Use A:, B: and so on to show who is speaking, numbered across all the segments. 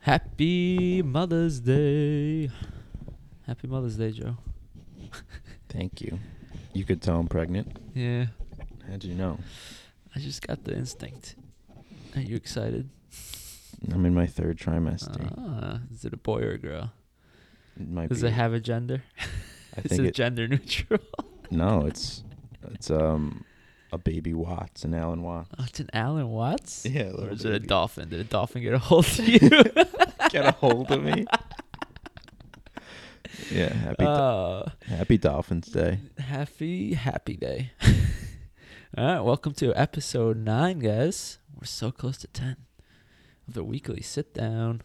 A: Happy Mother's Day. Happy Mother's Day, Joe.
B: Thank you. You could tell I'm pregnant.
A: Yeah,
B: How'd you know?
A: I just got the instinct. Are you excited?
B: I'm in my third trimester.
A: Ah, is it a boy or a girl?
B: it might
A: Does
B: be.
A: it have a gender?
B: I
A: is
B: think
A: it
B: it,
A: gender neutral?
B: no. It's it's um a baby Watts and Alan Watts.
A: Oh, it's an Alan Watts?
B: Yeah,
A: Or
B: little
A: is it a
B: baby.
A: dolphin? Did a dolphin get a hold of you?
B: Get a hold of me. yeah. Happy do-
A: Uh,
B: Happy Dolphins Day.
A: happy, happy day. All right, welcome to episode nine, guys. We're so close to 10 of the weekly sit down.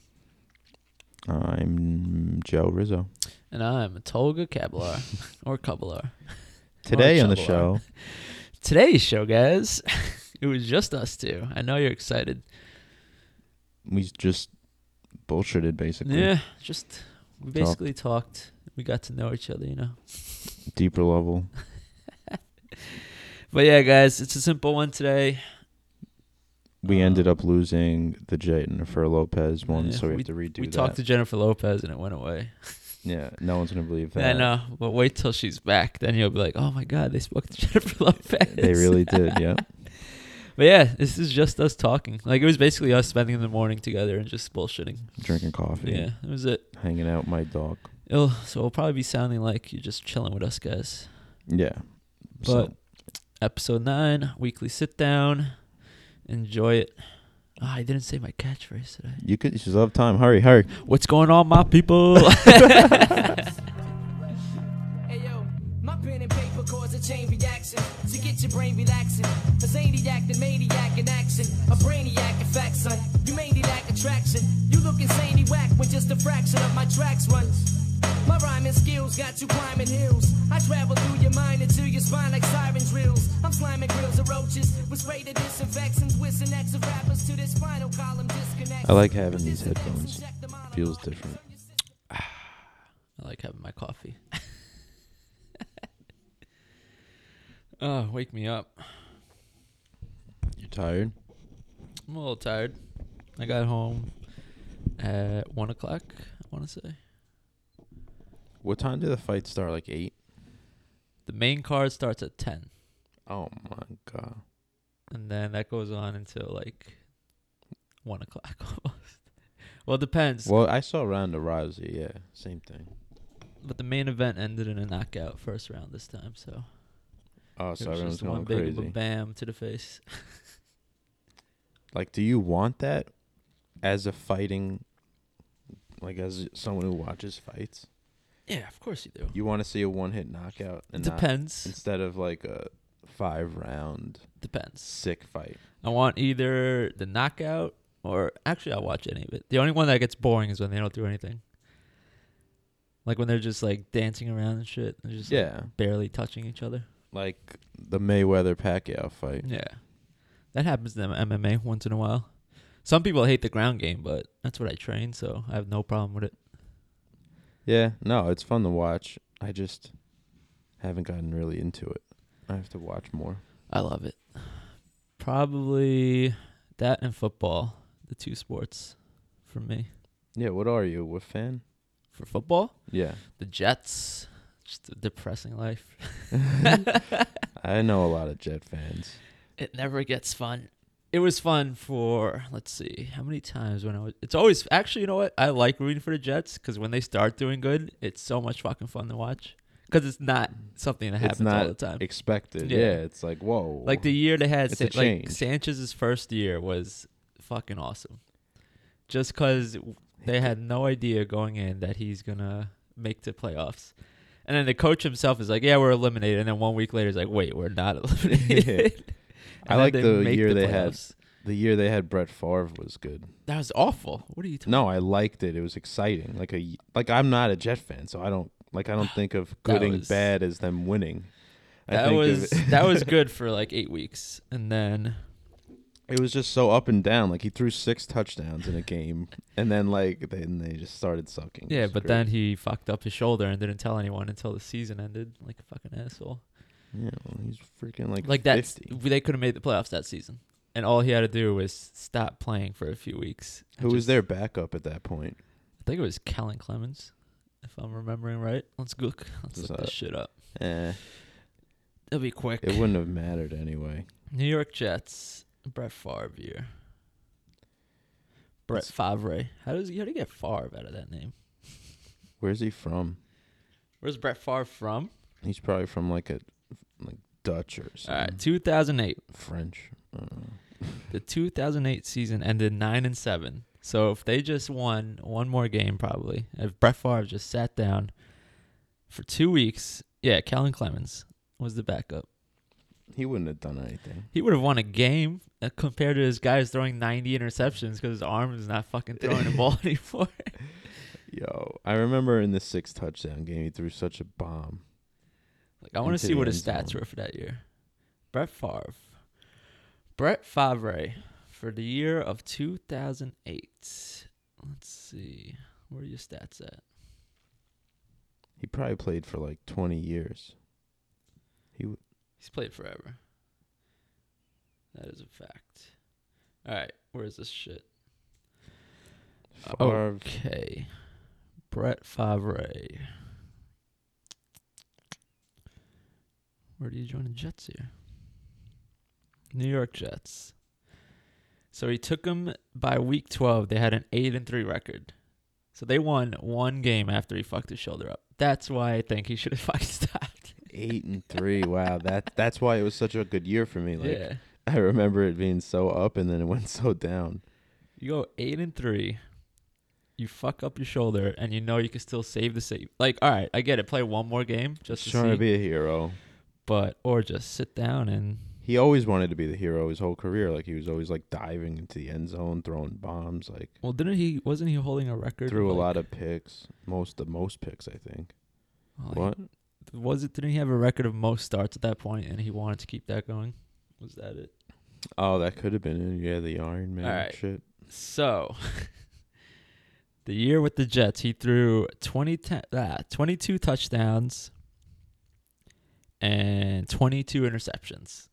B: I'm Joe Rizzo.
A: And I'm Tolga Kabalar or Kabalar.
B: Today on the
A: Chubbalar.
B: show,
A: Today's show, guys, it was just us two. I know you're excited.
B: we just bullshitted basically.
A: Yeah, just we basically talked. We got to know each other, you know.
B: Deeper level.
A: But yeah, guys, it's a simple one today.
B: We
A: Uh,
B: ended up losing the Jennifer Lopez one,
A: yeah,
B: so we,
A: we-
B: have to redo
A: we
B: that.
A: talked to Jennifer Lopez and it went away.
B: yeah, no one's gonna believe that.
A: I know, but wait till she's back. Then you'll be like, oh my God, they spoke to Jennifer Lopez.
B: They really did, yeah.
A: But yeah, this is just us talking. Like, it was basically us spending the morning together and just bullshitting.
B: Drinking coffee,
A: Yeah, that was it.
B: hanging out with my dog.
A: It'll, so it'll probably be sounding like you're just chilling with us, guys.
B: Yeah.
A: But- episode nine, weekly sit down. Enjoy it. Ah, I didn't say my catchphrase today.
B: you could you should have time. Hurry, hurry.
A: What's going on, my people?
C: Hey yo, my pen and paper cause a chain reaction. So get your brain relaxing. A zaniac, the maniac in action. A brainiac, in fact, son. You mainly lack attraction. You look insanely whack when just a fraction of my tracks runs. My rhyming skills got you climbing hills. I travel through your mind until your spine like siren drills. I'm sliming grills of roaches with spray to disinfectants, whistling acts of rappers to this spinal column disconnect.
B: I like having these headphones. Feels different.
A: I like having my coffee. oh, wake me up.
B: You tired?
A: I'm a little tired. I got home at one o'clock, I want to say.
B: What time did the fight start? Like eight?
A: The main card starts at 10,
B: Oh my god.
A: and then that goes on until like one o'clock almost. Well, it depends.
B: Well, I saw Ronda Rousey, yeah. Same thing.
A: But the main event ended in a knockout first round this time, so
B: Oh,
A: it
B: so
A: was
B: everyone's
A: just one
B: going
A: big
B: crazy.
A: bam to the face.
B: Like, do you want that as a fighting like as someone who watches fights?
A: Yeah, of course you do.
B: You want to see a one hit knockout and not-
A: depends.
B: instead of like a five round
A: depends.
B: sick fight.
A: I want either the knockout or actually I'll watch any of it. The only one that gets boring is when they don't do anything. Like when they're just like dancing around and shit and just like,
B: Yeah.
A: barely touching each other.
B: Like the Mayweather Pacquiao fight.
A: Yeah. That happens to them at MMA once in a while. Some people hate the ground game, but that's what I train, so I have no problem with it.
B: Yeah, no, it's fun to watch. I just haven't gotten really into it. I have to watch more.
A: I love it. Probably that and football, the two sports for me.
B: Yeah, what are you? What fan?
A: For football,
B: Yeah.
A: the Jets. Just a depressing life.
B: I know a lot of Jet fans.
A: It never gets fun. It was fun for let's see how many times when I was. It's always actually you know what I like rooting for the Jets because when they start doing good, it's so much fucking fun to watch because it's not something that happens
B: it's not
A: all the time.
B: expected.
A: Yeah.
B: Yeah. it's like whoa.
A: Like the year they had
B: It's
A: Sa-
B: a
A: like
B: change.
A: Sanchez's first year was fucking awesome. Just cuz they had no idea going in that he's going to make the playoffs. And then the coach himself is like, "Yeah, we're eliminated." And then one week later, he's like, "Wait, we're not eliminated." And
B: I
A: then
B: like
A: they
B: the
A: make
B: year they had-
A: playoffs.
B: the year they had Brett Favre was good.
A: That was awful. What are you talking?
B: No, I liked it. It was exciting. Like a like I'm not a Jet fan, so I don't like I don't think of good
A: That
B: and
A: was-
B: bad as them winning. I
A: That
B: think of
A: was
B: it-
A: that was good for like eight weeks, and then
B: it was just so up and down. Like he threw six touchdowns in a game, and then like then they just started sucking.
A: yeah,
B: It's
A: but
B: great.
A: then he fucked up his shoulder and didn't tell anyone until the season ended, like a fucking asshole.
B: yeah, well, he's freaking like
A: like that
B: fifty.
A: they could have made the playoffs that season and all he had to do was stop playing for a few weeks. I
B: Who was
A: just-
B: their backup at that point?
A: I think it was Kellen Clemens, if I'm remembering right. Let's look. Let's
B: Is
A: look
B: that-
A: this shit up.
B: Eh,
A: It'll be quick.
B: it wouldn't have mattered anyway.
A: New York Jets, Brett Favre. year. Brett
B: That's-
A: Favre. How does how do you get Favre out of that name?
B: Where's he from?
A: Where's Brett Favre from?
B: He's probably from like a like Dutch or
A: All
B: something.
A: right, 2008.
B: French. I don't know.
A: The 2008 season ended nine and seven. So if they just won one more game, probably if Brett Favre just sat down for two weeks, yeah, Kellen Clemens was the backup.
B: He wouldn't have done anything.
A: He would have won a game uh, compared to this guy who's throwing 90 interceptions because his arm is not fucking throwing the ball anymore.
B: Yo, I remember in the sixth touchdown game, he threw such a bomb.
A: Like I want
B: Into
A: to see
B: the
A: what his
B: end
A: stats
B: zone.
A: were for that year. Brett Favre. Brett Favre for the year of 2008. Let's see. Where are your stats at?
B: He probably played for like 20 years. He w-
A: He's played forever. That is a fact. All right, where is this shit?
B: Favre,
A: Oh, Okay. Brett Favre. Where do you join the Jets here? New York Jets. So he took them by week 12. They had an 8 and 3 record. So they won one game after he fucked his shoulder up. That's why I think he should have fucking stopped.
B: eight and three. wow, that that's why it was such a good year for me. Like
A: yeah.
B: I remember it being so up and then it went so down.
A: You go eight and three. You fuck up your shoulder, and you know you can still save the save. Like, all right, I get it. Play one more game just to
B: Just trying
A: see,
B: to be a hero.
A: but or just sit down and
B: He always wanted to be the hero his whole career. Like he was always like diving into the end zone, throwing bombs. Like
A: well, didn't he? Wasn't he holding a record?
B: threw a lot of picks, most the most picks I think. What?
A: was it? Didn't he have a record of most starts at that point, and he wanted to keep that going? Was that it?
B: Oh, that could have been it. Yeah, the Iron Man
A: Alright.
B: shit.
A: So, the year with the Jets, he threw 20 ta- ah, 22 touchdowns and 22 interceptions.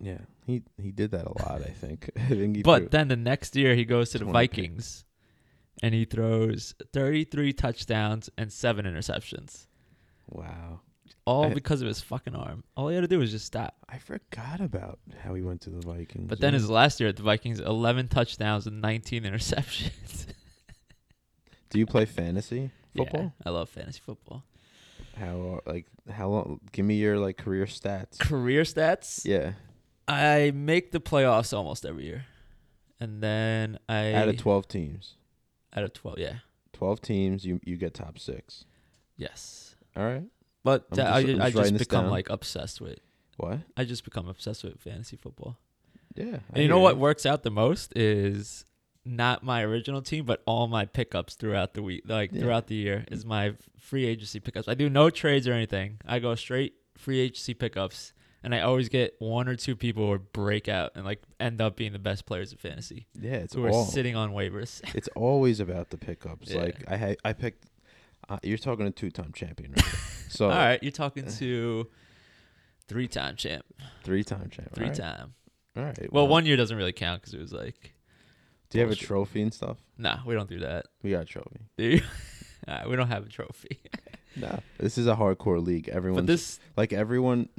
B: Yeah, he he did that a lot. I think. I think he threw-
A: But then the next year he goes to the
B: 20
A: Vikings and he throws 33 touchdowns and 7 interceptions.
B: wow,
A: All
B: I-
A: because of his fucking arm. All he had to do was just stop.
B: I forgot about how he went to the Vikings.
A: But then
B: yeah.
A: his last year at the Vikings, 11 touchdowns and 19 interceptions.
B: do you play fantasy
A: Yeah,
B: football?
A: I love fantasy football.
B: How uh, like how long? Give me your like career stats.
A: Career stats?
B: Yeah,
A: I make the playoffs almost every year. And then I
B: out of twelve teams,
A: out of 12, yeah.
B: twelve teams, you you get top six.
A: Yes.
B: All right.
A: But
B: I'm just-
A: I,
B: I'm just
A: I
B: writing
A: just
B: this
A: become
B: down.
A: like obsessed with
B: What?
A: I just become obsessed with fantasy football.
B: Yeah. I
A: And you know
B: hear
A: what works out the most is not my original team, but all my pickups throughout the week, like
B: Yeah.
A: throughout the year, is my free agency pickups. I do no trades or anything. I go straight free agency pickups, and I always get one or two people who break out and like end up being the best players in fantasy
B: Yeah, it's
A: who are
B: all.
A: sitting on waivers.
B: It's always about the pickups.
A: Yeah.
B: Like I ha- I picked. Uh, you're talking a two-time champion, right? so
A: all right, you're talking to three time champ,
B: three-time champion.
A: three
B: right?
A: time.
B: All right.
A: Well, one year doesn't really count because it was like,
B: Do you have a
A: bullshit.
B: trophy and stuff?
A: nah, we don't do that.
B: We got a trophy.
A: Do you? all right, we don't have a trophy.
B: No, this is a hardcore league.
A: But
B: Everyone's
A: this
B: like everyone,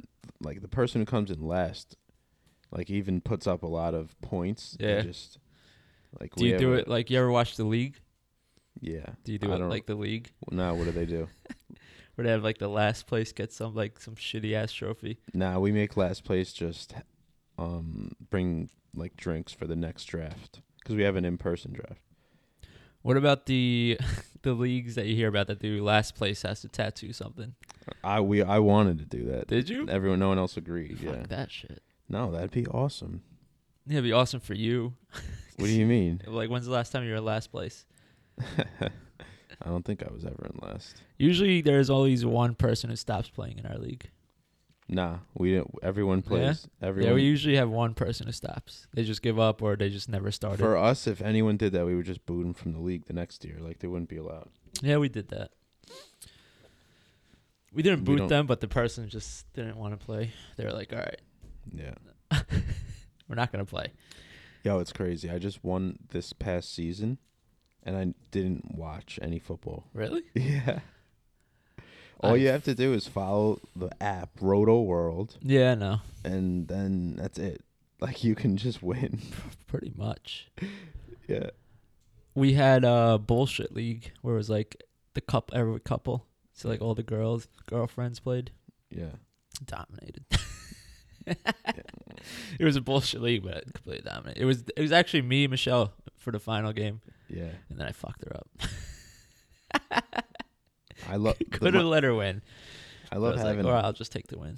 B: like the person who comes in last, like even puts up a lot of points. and
A: Yeah.
B: Just like
A: Do
B: we
A: you
B: have
A: do
B: a-
A: it like you ever watch the league?
B: Yeah.
A: Do you do
B: I
A: it
B: don't-
A: like the league
B: No, what do they do?
A: where they have like the last place get some like some shitty ass trophy?
B: nah, we make last place just, um, bring like drinks for the next draft because we have an in-person draft.
A: What about the the leagues that you hear about that do last place has to tattoo something?
B: I we I wanted to do that.
A: Did you?
B: Everyone, no one else agreed. Yeah.
A: Fuck that shit.
B: No, that'd be awesome.
A: Yeah, it'd be awesome for you.
B: What do you mean?
A: Like when's the last time you were in last place?
B: I don't think I was ever in last.
A: Usually there's always one person who stops playing in our league.
B: Nah, we didn't. Everyone plays. Everyone.
A: Yeah, we usually have one person who stops. They just give up or they just never started.
B: For us, if anyone did that, we would just boot them from the league the next year. Like they wouldn't be allowed.
A: yeah, we did that. We didn't
B: We
A: boot
B: don't-
A: them, but the person just didn't want to play. They were like, "All right,
B: Yeah.
A: We're not gonna play.
B: Yo, it's crazy. I just won this past season, and I didn't watch any football.
A: Really?
B: Yeah. All you have to do is follow the app Roto World,
A: Yeah, no,
B: and then that's it. Like you can just win.
A: pretty much.
B: yeah.
A: We had a bullshit league where it was like the cup every couple. So like all the girls girlfriends played,
B: Yeah.
A: dominated. it was a bullshit league, but it completely dominated. It was it was actually me and Michelle for the final game,
B: Yeah.
A: and then I fucked her up.
B: I love.
A: Could have let her win. but
B: I
A: I
B: love
A: was
B: having.
A: like, all right, I'll just take the win.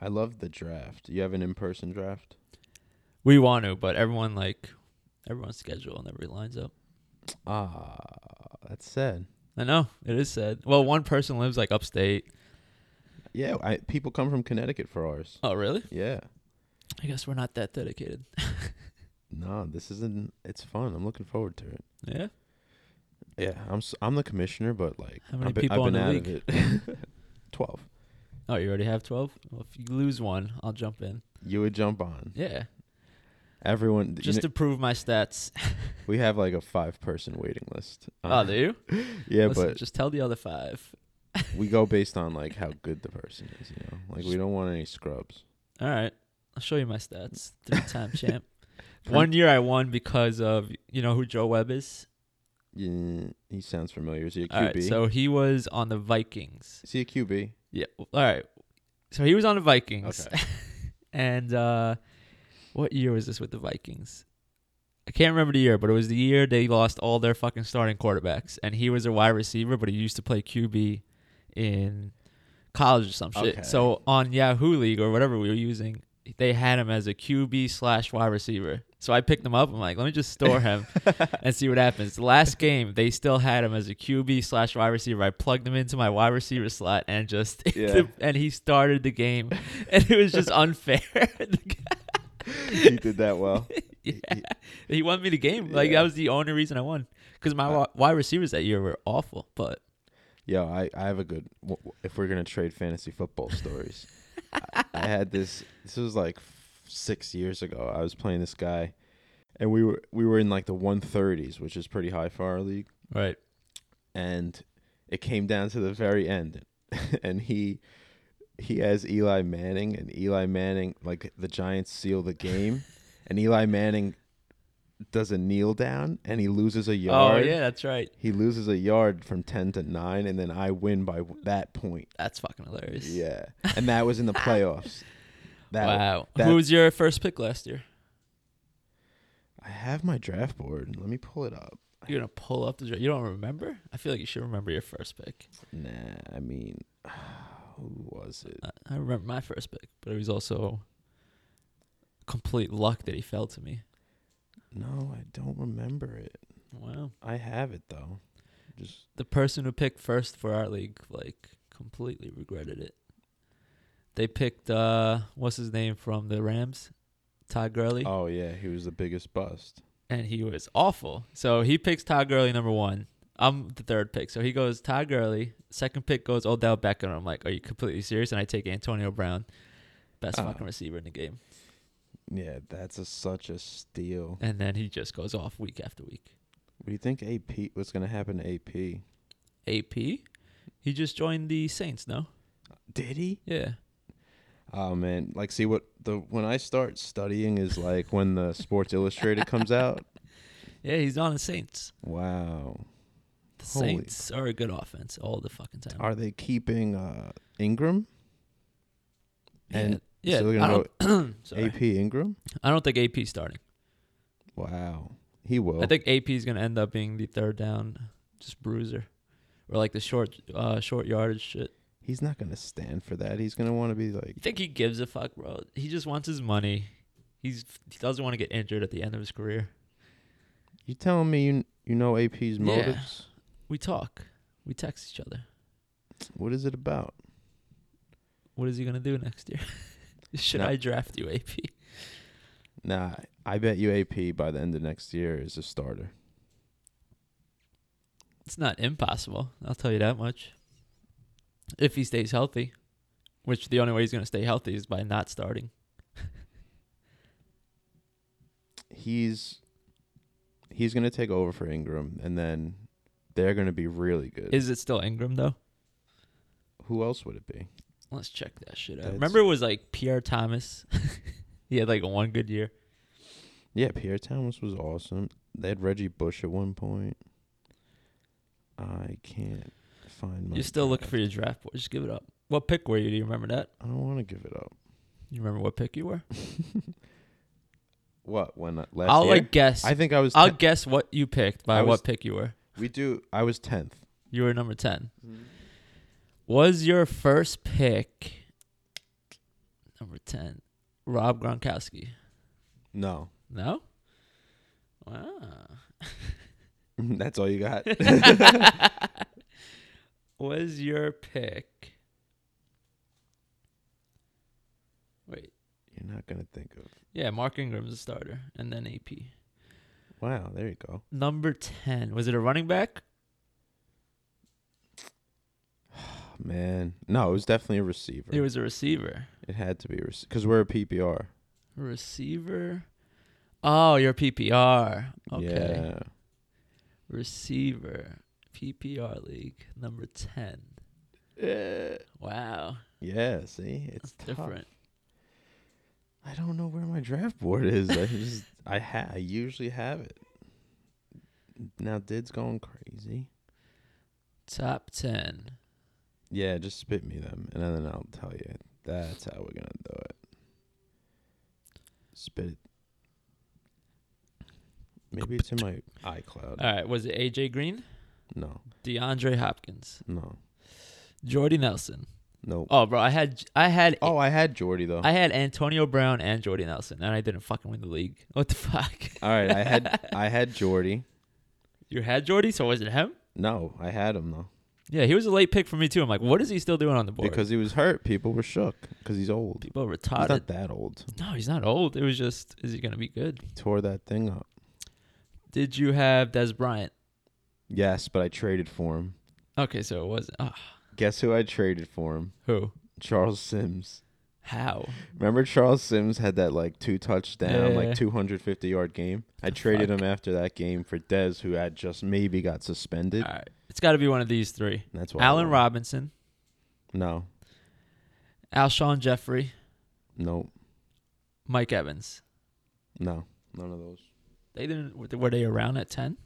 B: I love the draft. You have an in-person draft.
A: We want to, but everyone like everyone's schedule and everybody lines up.
B: Ah, that's sad.
A: I know it is sad. Well, one person lives like upstate.
B: Yeah, I, people come from Connecticut for ours.
A: Oh, really?
B: Yeah.
A: I guess we're not that dedicated.
B: No, this isn't. It's fun. I'm looking forward to it.
A: Yeah.
B: Yeah, I'm. s- I'm the commissioner, but like,
A: How many
B: I've been,
A: people
B: I've been
A: on
B: out
A: the
B: of it. Twelve.
A: Oh, you already have twelve. Well, if you lose one, I'll jump in.
B: You would jump on.
A: Yeah,
B: Everyone.
A: just
B: Just
A: to prove my stats.
B: we have like a five-person waiting list.
A: oh, do you?
B: Uh, yeah,
A: Listen,
B: but
A: just tell the other five.
B: we go based on like how good the person is. You know, like we don't want any scrubs.
A: All right, I'll show you my stats. Three-time champ. One year I won because of you know who Joe Webb is.
B: Yeah, he sounds familiar. Is he a QB?
A: All right, so he was on the Vikings.
B: is he a QB?
A: Yeah. All right, so he was on the Vikings.
B: Okay.
A: And uh, what year was this with the Vikings? I can't remember the year, but it was the year they lost all their fucking starting quarterbacks, and he was a wide receiver, but he used to play QB in college or some shit.
B: Okay.
A: So on Yahoo League or whatever we were using, they had him as a QB slash wide receiver. So I picked him up. I'm like, let me just store him and see what happens. The last game, they still had him as a QB slash wide receiver. I plugged him into my wide receiver slot and just
B: Yeah.
A: and he started the game, and it was just unfair.
B: he did that well.
A: yeah, he won me the game. Like
B: Yeah. Uh,
A: that was the only reason I won because my wi- wide receivers that year were awful. But
B: Yo, I, I have a good. w- w- If we're gonna trade fantasy football stories, I, I had this. This was like f- six years ago. I was playing this guy, and we were we were in like the one thirties, which is pretty high for our league.
A: right,
B: And it came down to the very end, and he he has Eli Manning, and Eli Manning like the Giants seal the game, and Eli Manning does a kneel down, and he loses a
A: oh
B: yard.
A: yeah, that's right.
B: He loses a yard from 10 to 9, and then I win by w- that point.
A: That's fucking hilarious.
B: Yeah. And that was in the playoffs. That,
A: wow.
B: that-
A: Who was your first pick last year?
B: I have my draft board. Let me pull it up.
A: You're gonna pull up the. dra- You don't remember? I feel like you should remember your first pick.
B: Nah, I mean, who was it?
A: I, I remember my first pick, but it was also complete luck that he fell to me.
B: No, I don't remember it.
A: Wow.
B: I have it, though. Just
A: the person who picked first for our league like completely regretted it. They picked uh what's his name from the Rams, Todd Gurley,
B: Oh, yeah. He was the biggest bust.
A: and he was awful. So he picks Todd Gurley number one. I'm the third pick, so he goes Todd Gurley. Second pick goes Odell Beckham. I'm like, are you completely serious? And I take Antonio Brown, best
B: Oh.
A: fucking receiver in the game.
B: Yeah, that's a, such a steal.
A: And then he just goes off week after week.
B: What do you think AP? What's going to happen to AP?
A: AP, he just joined the Saints. No,
B: Did he?
A: yeah,
B: Oh man, like see what the when I start studying is like when the Sports Illustrated comes out.
A: yeah, he's on the Saints.
B: Wow.
A: The
B: Holy
A: Saints are a good offense all the fucking time.
B: Are they keeping uh Ingram?
A: Yeah.
B: and
A: yeah,
B: so they're gonna
A: I don't, sorry.
B: AP Ingram?
A: I don't think AP 's starting.
B: Wow. He will.
A: I think AP is gonna end up being the third down just bruiser, or like the short uh, short yardage shit.
B: He's not gonna stand for that. He's gonna wanna be like
A: You think he gives a fuck, bro? He just wants his money. He's he doesn't want to get injured at the end of his career.
B: You telling me you you know AP's motives?
A: We talk, we text each other.
B: What is it about?
A: What is he gonna do next year? Should
B: No.
A: I draft you, AP?
B: Nah, I bet you AP by the end of next year is a starter.
A: It's not impossible. I'll tell you that much. If he stays healthy, which the only way he's going to stay healthy is by not starting.
B: he's he's gonna take over for Ingram, and then they're gonna be really good.
A: Is it still Ingram though?
B: Who else would it be?
A: Let's check that shit out.
B: That's-
A: Remember, it was like Pierre Thomas. he had like one good year.
B: Yeah, Pierre Thomas was awesome. They had Reggie Bush at one point. I can't find my.
A: You're still looking for your draft board. Just give it up. What pick were you? Do you remember that?
B: I don't want to give it up.
A: You remember what pick you were?
B: What when uh, last
A: I'll
B: year?
A: like guess.
B: I think I was.
A: I'll
B: ten-
A: guess what you picked by
B: I was-
A: what pick you were.
B: we do. I was tenth.
A: You were number 10
B: Mm-hmm.
A: Was your first pick number ten? Rob Gronkowski.
B: No,
A: No. Wow.
B: that's all you got.
A: Was your pick? Wait.
B: You're not gonna think of.
A: Yeah, Mark Ingram's a starter, and then AP.
B: Wow, there you go.
A: Number ten. Was it a running back?
B: Oh, man, no, it was definitely a receiver.
A: It was a receiver.
B: It had to be because we're a PPR.
A: Receiver. Oh, your PPR. Okay.
B: Yeah.
A: Receiver. PPR league. Number ten.
B: Yeah.
A: Wow.
B: Yeah. See, it's tough.
A: Different.
B: I don't know where my draft board is. I just I ha- I usually have it. Now Did's going crazy.
A: Top ten.
B: Yeah, just spit me them, and then I'll tell you. That's how we're gonna do it. Spit it. Maybe it's in my iCloud.
A: All right. Was it AJ Green?
B: No,
A: DeAndre Hopkins.
B: no,
A: Jordy Nelson.
B: no.
A: Oh, bro, I had I had
B: Oh, I had Jordy though.
A: I had Antonio Brown and Jordy Nelson, and I didn't fucking win the league. What the fuck?
B: All right, I had I had Jordy.
A: You had Jordy, so was it him?
B: No, I had him though
A: Yeah, he was a late pick for me too. I'm like, what is he still doing on the board?
B: because he was hurt. People were shook because he's old.
A: people are
B: He's
A: retarded.
B: not that old.
A: no, he's not old. It was just, is he gonna be good?
B: He tore that thing up.
A: Did you have Des Bryant?
B: Yes, but I traded for him.
A: Okay, so it was ah,
B: Guess who I traded for him?
A: who?
B: Charles Sims.
A: How?
B: Remember Charles Sims had that like two touchdown,
A: Yeah.
B: like 250 yard game? I traded him after that game for Dez, who had just maybe got suspended.
A: All right, it's got to be one of these three:
B: That's why. I
A: Uh, Allen
B: won.
A: Robinson,
B: No,
A: Alshon Jeffrey,
B: no,
A: Mike Evans.
B: no. None of those.
A: They didn't. were they- Were they around at ten?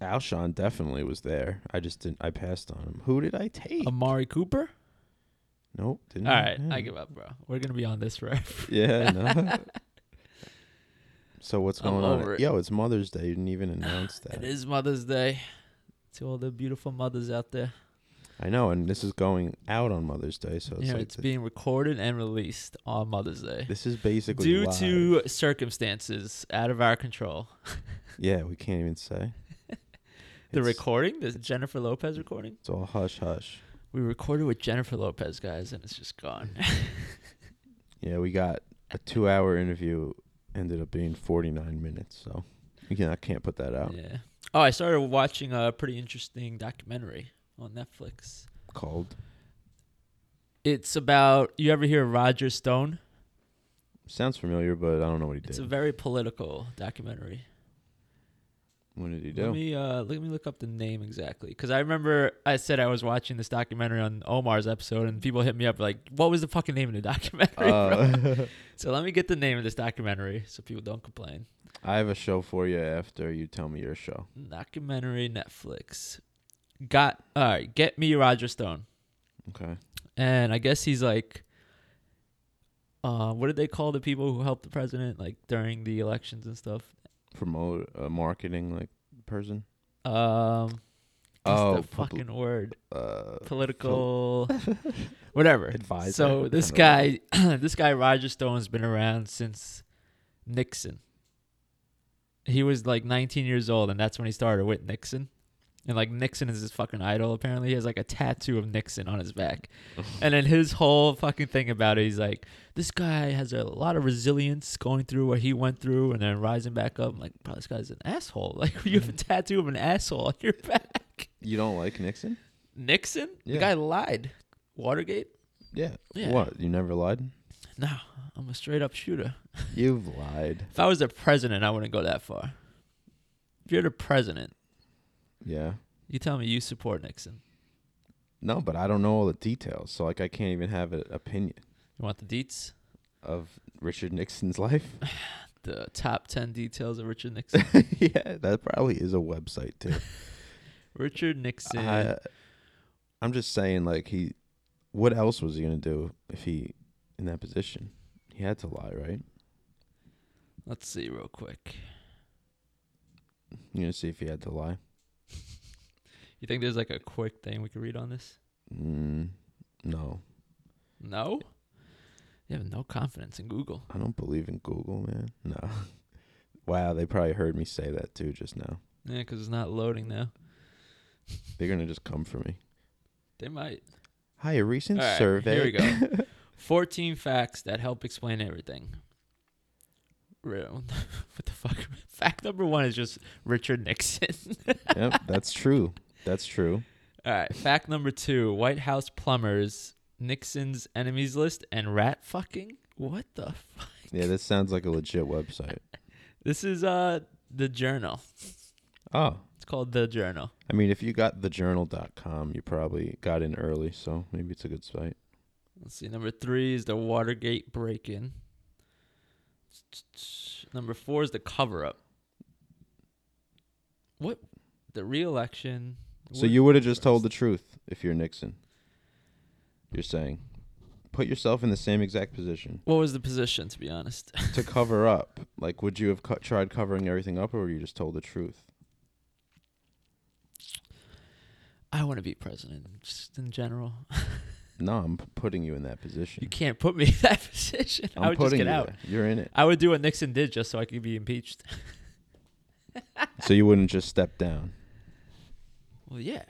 B: Alshon definitely was there. I just didn't. I passed on him. Who did I take?
A: Amari Cooper.
B: nope. Didn't
A: Um, All right, I
B: give.
A: give up, bro. We're gonna be on this forever.
B: Yeah, no. so what's
A: I'm
B: going on?
A: over it.
B: Yo, it's Mother's Day. You didn't even announce that.
A: It is Mother's Day to all the beautiful mothers out there.
B: I know, and this is going out on Mother's Day, so it's
A: yeah,
B: like
A: it's
B: th-
A: being recorded and released on Mother's Day.
B: this is basically
A: Due
B: live.
A: to circumstances out of our control.
B: yeah, we can't even say
A: The
B: It's-
A: recording, the Jennifer Lopez recording,
B: It's all hush hush.
A: we recorded with Jennifer Lopez, guys, and it's just gone.
B: Yeah, we got a two-hour interview. Ended up being forty-nine minutes, so yeah, I can't put that out.
A: yeah. Oh, I started watching a pretty interesting documentary on Netflix.
B: Called
A: It's about, you ever hear of Roger Stone?
B: sounds familiar, but I don't know what he
A: It's a
B: did.
A: very political documentary.
B: What did he
A: Let
B: do?
A: me uh, let me look up the name exactly because I remember I said I was watching this documentary on Omar's episode, and people hit me up like, "What was the fucking name of the documentary?" bro?"
B: Uh,
A: So let me get the name of this documentary so people don't complain.
B: I have a show for you after you tell me your show.
A: Documentary Netflix. Got all right. Get me Roger Stone,
B: Okay.
A: and I guess he's like, uh, what did they call the people who helped the president like during the elections and stuff?
B: promote a marketing like person.
A: Um, what's
B: Oh,
A: the
B: pub-
A: fucking word.
B: Uh,
A: political whatever
B: Advisor.
A: So this
B: I don't
A: guy, this guy Roger Stone's been around since Nixon. He was like 19 years old, and that's when he started with Nixon. And like Nixon is his fucking idol. Apparently, he has like a tattoo of Nixon on his back, and then his whole fucking thing about it, he's like, this guy has a lot of resilience going through what he went through, and then rising back up. I'm like, bro, this guy's an asshole. Like, you have a
B: Mm-hmm.
A: tattoo of an asshole on your back.
B: you don't like Nixon?
A: Nixon? The
B: Yeah.
A: guy lied. Watergate?
B: Yeah.
A: Yeah.
B: What? You never lied?
A: No, I'm a straight up shooter.
B: You've lied.
A: If I was the president, I wouldn't go that far. If you're the president,
B: Yeah.
A: you tell me you support Nixon.
B: No, but I don't know all the details, so like I can't even have an opinion
A: You want the deets?
B: of Richard Nixon's life.
A: The top 10 details of Richard Nixon.
B: yeah, that probably is a website too.
A: Richard Nixon.
B: I, uh, I'm just saying, like he, what else was he gonna do if he in that position? He had to lie, right?
A: Let's see real quick.
B: You gonna see if he had to lie?
A: You think there's like a quick thing we could read on this?
B: Mm, no,
A: No? You have no confidence in Google.
B: I don't believe in Google, man. No. wow, they probably heard me say that too just now.
A: Yeah, 'cause it's not loading now.
B: They're gonna just come for me.
A: They might.
B: Hi, a recent
A: All right,
B: survey.
A: Here we go. 14 facts that help explain everything. Real. what the fuck? Fact number one is just Richard Nixon.
B: yep, that's true. That's true.
A: All right. Fact number two White House plumbers, Nixon's enemies list, and rat fucking? What the fuck?
B: Yeah, this sounds like a legit website.
A: This is uh the journal.
B: Oh,
A: It's called The Journal.
B: I mean, if you got thejournal.com, you probably got in early, so maybe it's a good site.
A: Let's see. Number three is the Watergate break in. Number four is the cover up. What? The re election.
B: So you would have just told the truth if you're Nixon. You're saying, put yourself in the same exact position
A: What was the position, to be honest?
B: to cover up. Like, would you have co- tried covering everything up, or would you just told the truth?
A: I want to be president, just in general.
B: No, I'm p- putting you in that
A: You
B: position.
A: can't put me in that position.
B: I'm
A: I would just
B: putting
A: get
B: you
A: out.
B: there. You're in it,
A: I would do what Nixon did just so I could be impeached.
B: so you wouldn't just step down.
A: Well, yeah.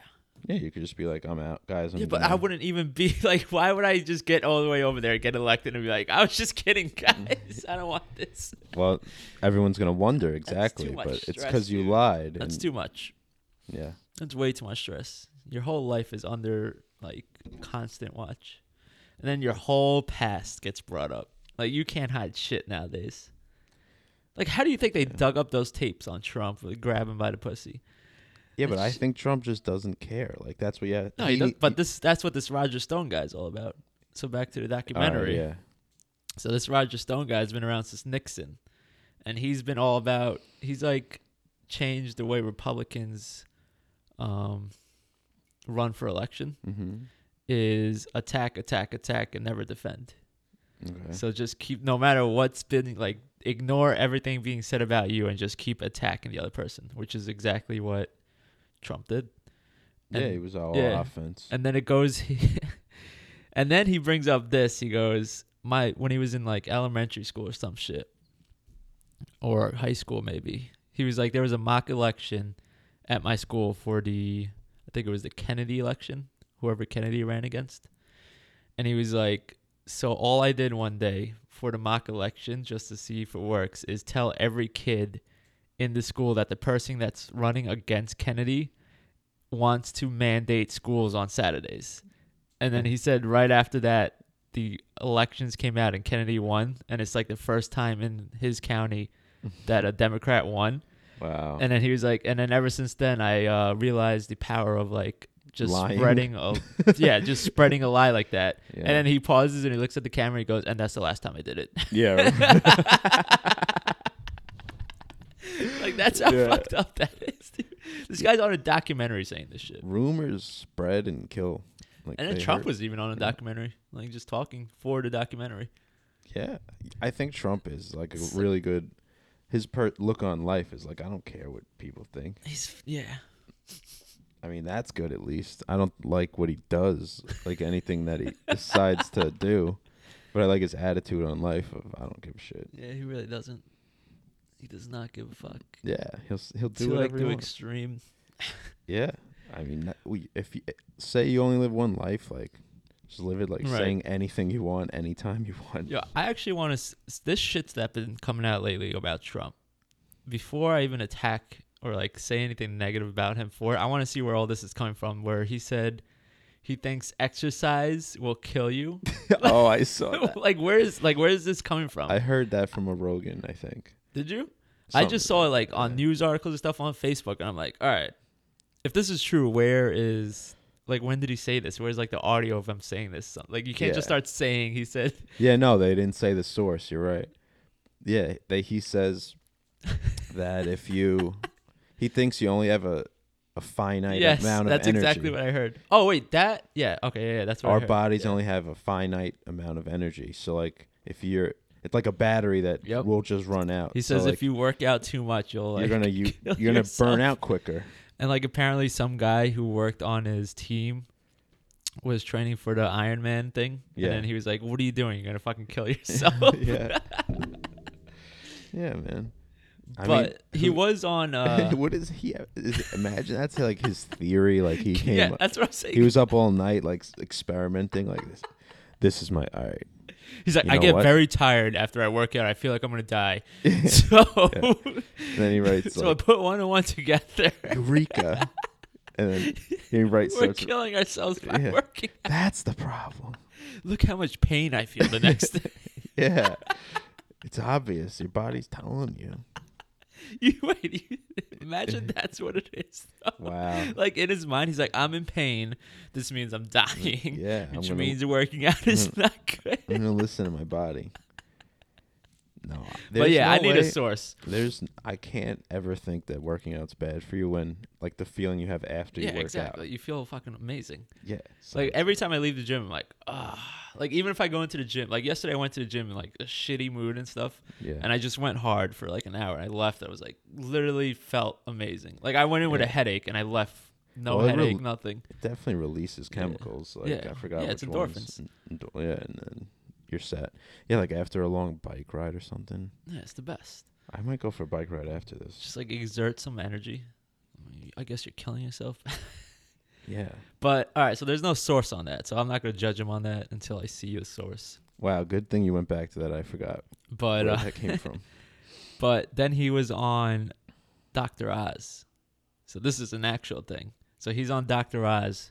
B: Yeah, you could just be like, I'm out, guys. I'm
A: Yeah, but
B: done.
A: I wouldn't even be like, why would I just get all the way over there and get elected and be like, I was just kidding, guys. I don't want this.
B: Well, everyone's gonna wonder exactly,
A: much
B: but it's
A: stress,
B: because you
A: dude.
B: lied.
A: That's
B: and-
A: too much.
B: Yeah.
A: That's way too much stress. Your whole life is under like constant watch. And then your whole past gets brought up. Like you can't hide shit nowadays. Like how do you think they dug up those tapes on Trump with grab him by the pussy?
B: Yeah, but I
A: It's-
B: think Trump just doesn't care. Like that's what yeah. Oh,
A: No, he, does but this that's what this Roger Stone guy's all about. So back to the documentary.
B: yeah.
A: So this Roger Stone guy's been around since Nixon, and he's been all about. He's like changed the way Republicans um, run for election
B: Mm-hmm.
A: is attack, attack, attack, and never defend.
B: Okay.
A: So just keep, no matter what's been like, ignore everything being said about you and just keep attacking the other person, which is exactly what Trump did.
B: yeah,
A: and-
B: he was all
A: yeah.
B: offense.
A: And then it goes, and then he brings up this. He goes, my when he was in like elementary school or some shit, or high school maybe. He was like, there was a mock election at my school for the, I think it was the Kennedy election, whoever Kennedy ran against. And he was like, so all I did one day for the mock election, just to see if it works, is tell every kid in the school that the person that's running against Kennedy wants to mandate schools on Saturdays. And then he said right after that, the elections came out and Kennedy won. And it's like the first time in his county that a Democrat won.
B: wow.
A: And then he was like, and then ever since then, I uh, realized the power of like just
B: Lying.
A: spreading a yeah, just spreading a lie like that.
B: Yeah.
A: And then he pauses and he looks at the camera. He goes, and that's the last time I did it.
B: yeah.
A: like that's how
B: Yeah.
A: fucked up that is. Dude. This guy's on a documentary saying this shit.
B: Rumors spread and kill. Like
A: And then
B: they
A: Trump
B: hurt.
A: was even on a documentary, like just talking for the documentary.
B: Yeah, I think Trump is like a
A: It's like-
B: really good. His per- look on life is like I don't care what people think.
A: He's yeah.
B: I mean that's good at least. I don't like what he does, like anything that he decides to do, but I like his attitude on life of I don't give a shit.
A: Yeah, he really doesn't. He does not give a fuck.
B: Yeah, he'll s- he'll do
A: to like
B: whatever he
A: the
B: wants.
A: extreme.
B: Yeah, I mean, that- we, if you say you only live one life, like just live it like
A: Right.
B: saying anything you want, anytime you want.
A: Yeah, I actually want to. This shit's that been coming out lately about Trump. Before I even attack or like say anything negative about him for it, I want to see where all this is coming from. Where he said He thinks exercise will kill you.
B: oh, I saw that.
A: like where is like where is this coming from?
B: I heard that from a Rogan, I think.
A: Did you? I
B: Some-
A: just saw it like on news articles and stuff on Facebook, and I'm like, all right, if this is true, where is like when did he say this? Where's like the audio of him saying this? Like you can't just
B: Yeah.
A: start saying he said.
B: Yeah, no, they didn't say the source. You're right. Yeah, they, he says that if you, he thinks you only have a, a finite
A: yes,
B: amount of
A: that's
B: energy.
A: exactly what I heard. Oh wait, that yeah, okay, yeah, yeah that's what I
B: Our
A: heard.
B: bodies
A: Yeah.
B: only have a finite amount of energy. So like, if you're, it's like a battery that
A: Yep.
B: will just run out.
A: He
B: So,
A: says
B: like,
A: if you work out too much, you'll like
B: you're gonna you,
A: kill
B: you're gonna
A: yourself.
B: burn out quicker.
A: And like apparently, some guy who worked on his team was training for the Ironman thing,
B: Yeah.
A: and then he was like, "What are you doing? You're gonna fucking kill yourself."
B: yeah. yeah, man. I
A: but
B: mean,
A: he
B: who-
A: was on. Uh,
B: what is he? have- Is, imagine that's like his theory. Like he came.
A: yeah,
B: up-
A: that's what I'm saying.
B: he was up all night, like s- experimenting. Like this. This is my all right.
A: He's like,
B: You
A: I
B: know
A: get
B: what?
A: very tired after I work out. I feel like I'm gonna die. so,
B: And then he writes
A: so I
B: like,
A: put one and one together.
B: Eureka, and then he writes.
A: We're
B: starts-
A: killing ourselves by
B: Yeah.
A: working. out.
B: that's the problem.
A: Look how much pain I feel the next day.
B: Yeah, it's obvious. Your body's telling you.
A: You wait. You, imagine that's what it is. though.
B: Wow.
A: Like in his mind, he's like, "I'm in pain. This means I'm dying.
B: Yeah, I'm
A: which
B: gonna-
A: means working out is not good."
B: I'm gonna listen to my body. No,
A: But
B: there's
A: yeah,
B: no
A: I need
B: way-
A: a source.
B: There's I can't ever think that working out's bad for you when like the feeling you have after you
A: Yeah,
B: work
A: exactly.
B: out.
A: You feel fucking amazing.
B: Yeah. so-
A: Like every time I leave the gym, I'm like, ah. Like even if I go into the gym, like yesterday I went to the gym in like a shitty mood and stuff,
B: Yeah.
A: and I just went hard for like an hour. I left. I was like, literally felt amazing. Like I went in with a
B: Yeah.
A: headache and I left no
B: Well, it
A: headache,
B: rel-
A: nothing.
B: it definitely releases chemicals. Like
A: Yeah.
B: I forgot
A: Yeah,
B: which
A: it's
B: ones. Endo- yeah, and then you're set. Yeah, like after a long bike ride or something.
A: Yeah, it's the best.
B: I might go for a bike ride after this.
A: Just like exert some energy. I mean, I guess you're killing yourself.
B: Yeah.
A: but all right, so there's no source on that, so I'm not gonna judge him on that until I see a source.
B: Wow, good thing you went back to that. I forgot
A: But
B: where
A: uh,
B: that came from.
A: But then he was on Dr. Oz. So this is an actual thing. So he's on Dr. Oz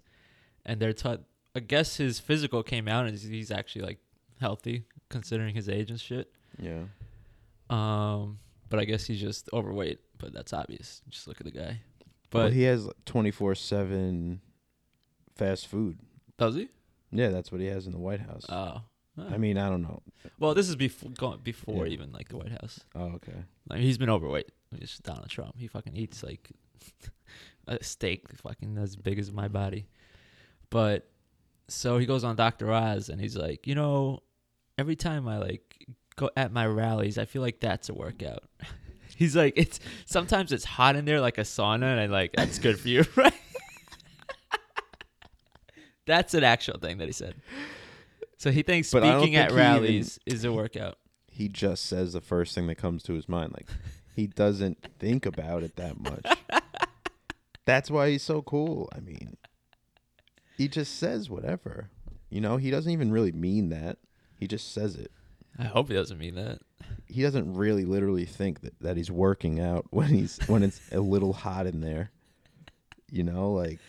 A: and they're taught I guess his physical came out and he's actually like healthy considering his age and shit.
B: Yeah.
A: Um but I guess he's just overweight, but that's obvious. Just look at the guy. But
B: well, he has twenty four seven fast food.
A: does he?
B: Yeah, that's what he has in the White House.
A: Oh.
B: I mean, I don't know.
A: Well, this is before going before
B: Yeah.
A: even like the White House.
B: Oh, okay.
A: Like he's been overweight. It's Donald Trump. He fucking eats like a steak, fucking as big as my body. But so he goes on Dr. Oz and he's like, you know, every time I like go at my rallies, I feel like that's a workout. he's like, it's sometimes it's hot in there like a sauna, and I like that's good for you, right? that's an actual thing that he said. So he thinks
B: But I don't
A: speaking at
B: think he even-
A: rallies is a workout.
B: he just says the first thing that comes to his mind. Like he doesn't think about it that much. That's why he's so cool. I mean, he just says whatever. You know, he doesn't even really mean that. He just says it.
A: I hope he doesn't mean that.
B: He doesn't really literally think that, that he's working out when he's when it's a little hot in there. You know, like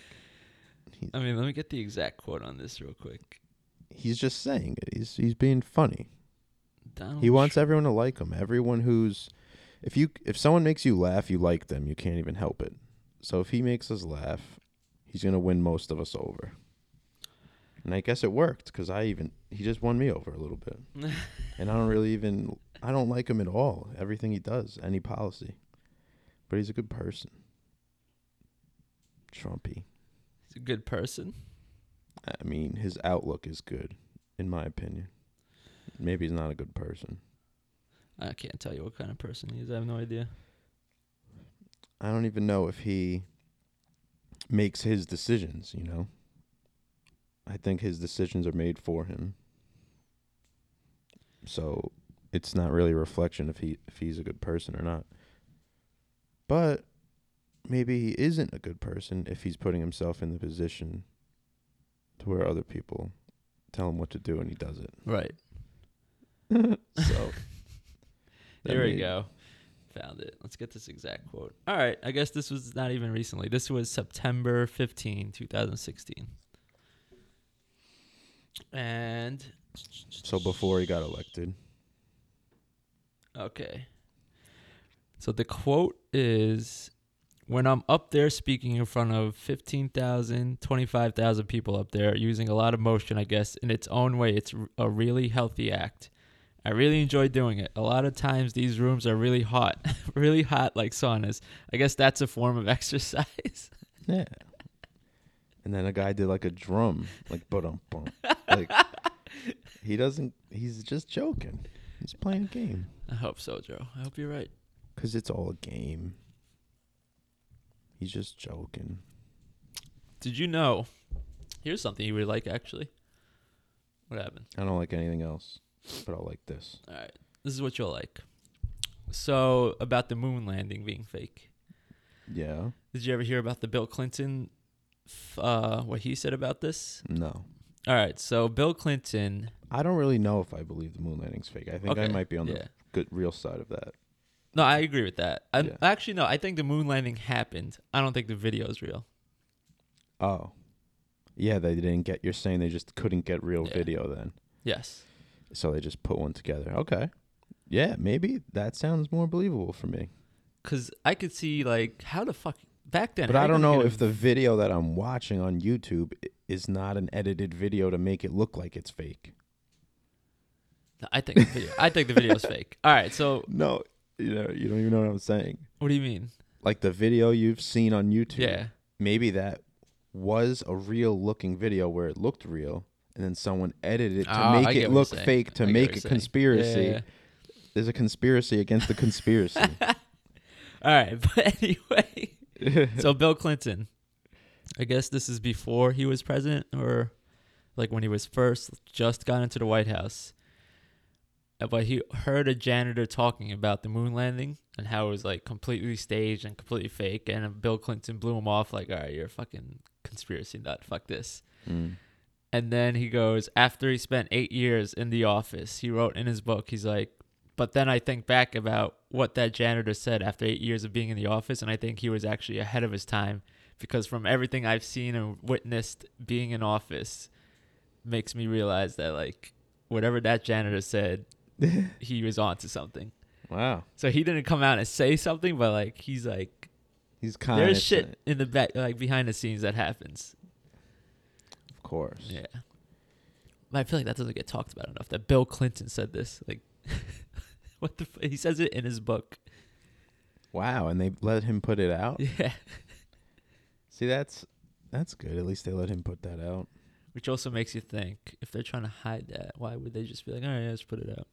A: I mean, let me get the exact quote on this real quick.
B: he's just saying it. He's he's being funny.
A: Donald
B: He wants
A: Tr-
B: everyone to like him. Everyone who's if you if someone makes you laugh, you like them. You can't even help it. So if he makes us laugh, he's gonna win most of us over. And I guess it worked because I even he just won me over a little bit. and I don't really even I don't like him at all. Everything he does, any policy, but he's a good person. Trumpy.
A: He's a good person.
B: I mean, his outlook is good, in my opinion. Maybe he's not a good person.
A: I can't tell you what kind of person he is. I have no idea.
B: I don't even know if he makes his decisions, you know. I think his decisions are made for him. So it's not really a reflection if he if he's a good person or not. But maybe he isn't a good person if he's putting himself in the position to where other people tell him what to do and he does it.
A: Right.
B: So that
A: There we
B: may-
A: go. Found it. Let's get this exact quote. All right. I guess this was not even recently. This was September 15, 2016. And
B: So before he got elected,
A: Okay. So the quote is when I'm up there speaking in front of 15,000, 25,000 people up there using a lot of motion, I guess, in its own way, it's r- a really healthy act. I really enjoy doing it. A lot of times these rooms are really hot, really hot like saunas. I guess that's a form of exercise.
B: yeah. And then a guy did like a drum, like bum bum. Like he doesn't. He's just joking. He's playing a game
A: I hope so, Joe. I hope you're right.
B: because it's all a game. He's just joking.
A: Did you know? Here's something you would like actually. What happened?
B: I don't like anything else, but I like this.
A: All right. This is what you'll like. So, about the moon landing being fake.
B: Yeah.
A: Did you ever hear about the Bill Clinton, f- uh, what he said about this?
B: No.
A: All right. So, Bill Clinton.
B: I don't really know if I believe the moon landing's fake. I think I
A: Okay,
B: might be on the
A: yeah.
B: good real side of that.
A: No, I agree with that. i
B: Yeah.
A: Actually, no, I think the moon landing happened. I don't think the video is real.
B: Oh. Yeah, they didn't get you're saying they just couldn't get real
A: Yeah.
B: video then.
A: Yes.
B: So they just put one together. Okay. Yeah, maybe that sounds more believable for me.
A: Because I could see, like, how the fuck. Back then.
B: But
A: how
B: I
A: you
B: don't
A: gonna
B: know
A: get a-
B: if the video that I'm watching on YouTube i- is not an edited video to make it look like it's fake.
A: No, I think the video. I think the video is fake. All right. So,
B: No, you know, you don't even know what I'm saying.
A: what do you mean?
B: Like the video you've seen on YouTube.
A: Yeah.
B: maybe that was a real looking video where it looked real and then someone edited it to
A: Ah, I
B: make
A: get
B: it
A: what you're
B: look
A: saying.
B: fake to
A: I get
B: make
A: what
B: a
A: you're saying.
B: conspiracy
A: Yeah.
B: there's a conspiracy against the conspiracy
A: All right, but anyway, so Bill Clinton, I guess this is before he was president, or like when he was first just got into the White House. Uh, But he heard a janitor talking about the moon landing and how it was like completely staged and completely fake, and Bill Clinton blew him off like, "All right, you're a fucking conspiracy nut. Fuck this."
B: Mm.
A: And then he goes, after he spent eight years in the office, he wrote in his book, he's like, but then I think back about what that janitor said after eight years of being in the office, and I think he was actually ahead of his time because from everything I've seen and witnessed being in office makes me realize that, like, whatever that janitor said, he was onto something.
B: wow
A: So he didn't come out and say something, but, like, he's like,
B: he's kind
A: there's shit in the back, like, behind the scenes that happens.
B: of course
A: Yeah. But I feel like that doesn't get talked about enough. That Bill Clinton said this. Like, what the? F- he says it in his book.
B: wow and they let him put it out
A: Yeah.
B: see that's that's good at least they let him put that out
A: Which also makes you think if they're trying to hide that, why would they just be like, all right, let's put it out?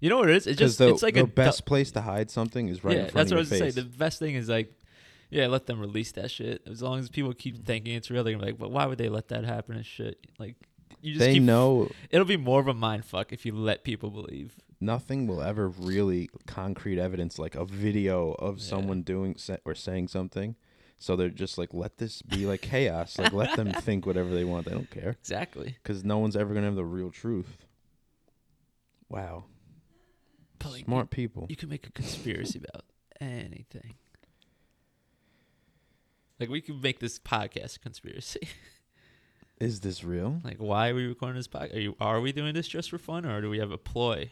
A: You know what it is? It's
B: because
A: just
B: the,
A: it's like
B: the
A: a du-
B: best place to hide something is right
A: yeah,
B: in front
A: that's what I
B: of your
A: was gonna say.
B: face
A: The best thing is like, yeah, let them release that shit. As long as people
B: Mm.
A: keep thinking it's real, they're gonna be like, but why would they let that happen and shit? Like, you just
B: they
A: keep,
B: know
A: it'll be more of a mind fuck if you let people believe.
B: nothing will ever really concrete evidence like a video of
A: Yeah.
B: someone doing sa- or saying something. So they're just like, let this be like chaos. Like, let them think whatever they want. They don't care
A: Exactly.
B: because no one's ever gonna have the real truth. Wow,
A: But like,
B: smart people.
A: you can make a conspiracy about anything. Like we could make this podcast a conspiracy.
B: Is this real?
A: like why are we recording this podcast? Are you are we doing this just for fun or do we have a ploy?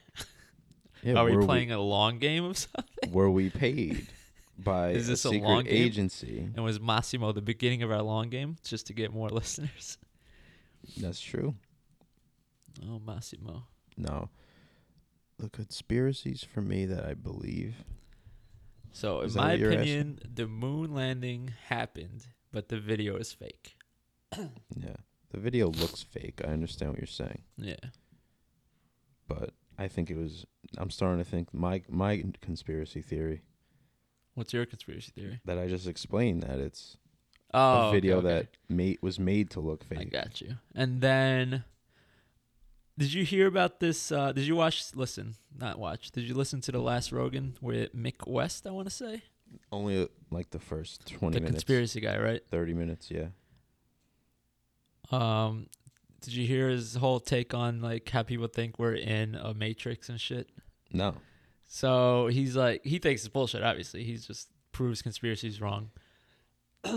B: Yeah,
A: are
B: were
A: we playing a long game of something?
B: were we paid by
A: Is this
B: a
A: a
B: secret
A: long game?
B: agency?
A: And was Massimo the beginning of our long game just to get more listeners?
B: That's true.
A: Oh Massimo.
B: No, the conspiracies for me that I believe.
A: So in
B: Is that
A: my
B: what you're
A: opinion, the moon landing happened, but the video is fake.
B: Yeah, the video looks fake. I understand what you're saying.
A: Yeah.
B: but I think it was. I'm starting to think my my conspiracy theory
A: What's your conspiracy theory?
B: that I just explained that it's
A: Oh,
B: a
A: okay,
B: video
A: okay.
B: that made was made to look
A: I
B: fake.
A: got you. And then, did you hear about this? Uh, did you watch? Listen, not watch. Did you listen to the last Rogan with Mick West? I want to say
B: Only like the first 20
A: the
B: minutes,
A: conspiracy guy, right?
B: 30 minutes. Yeah,
A: Um, did you hear his whole take on like how people think we're in a matrix and shit?
B: no,
A: So he's like, he thinks it's bullshit. Obviously, he's just proves conspiracies wrong.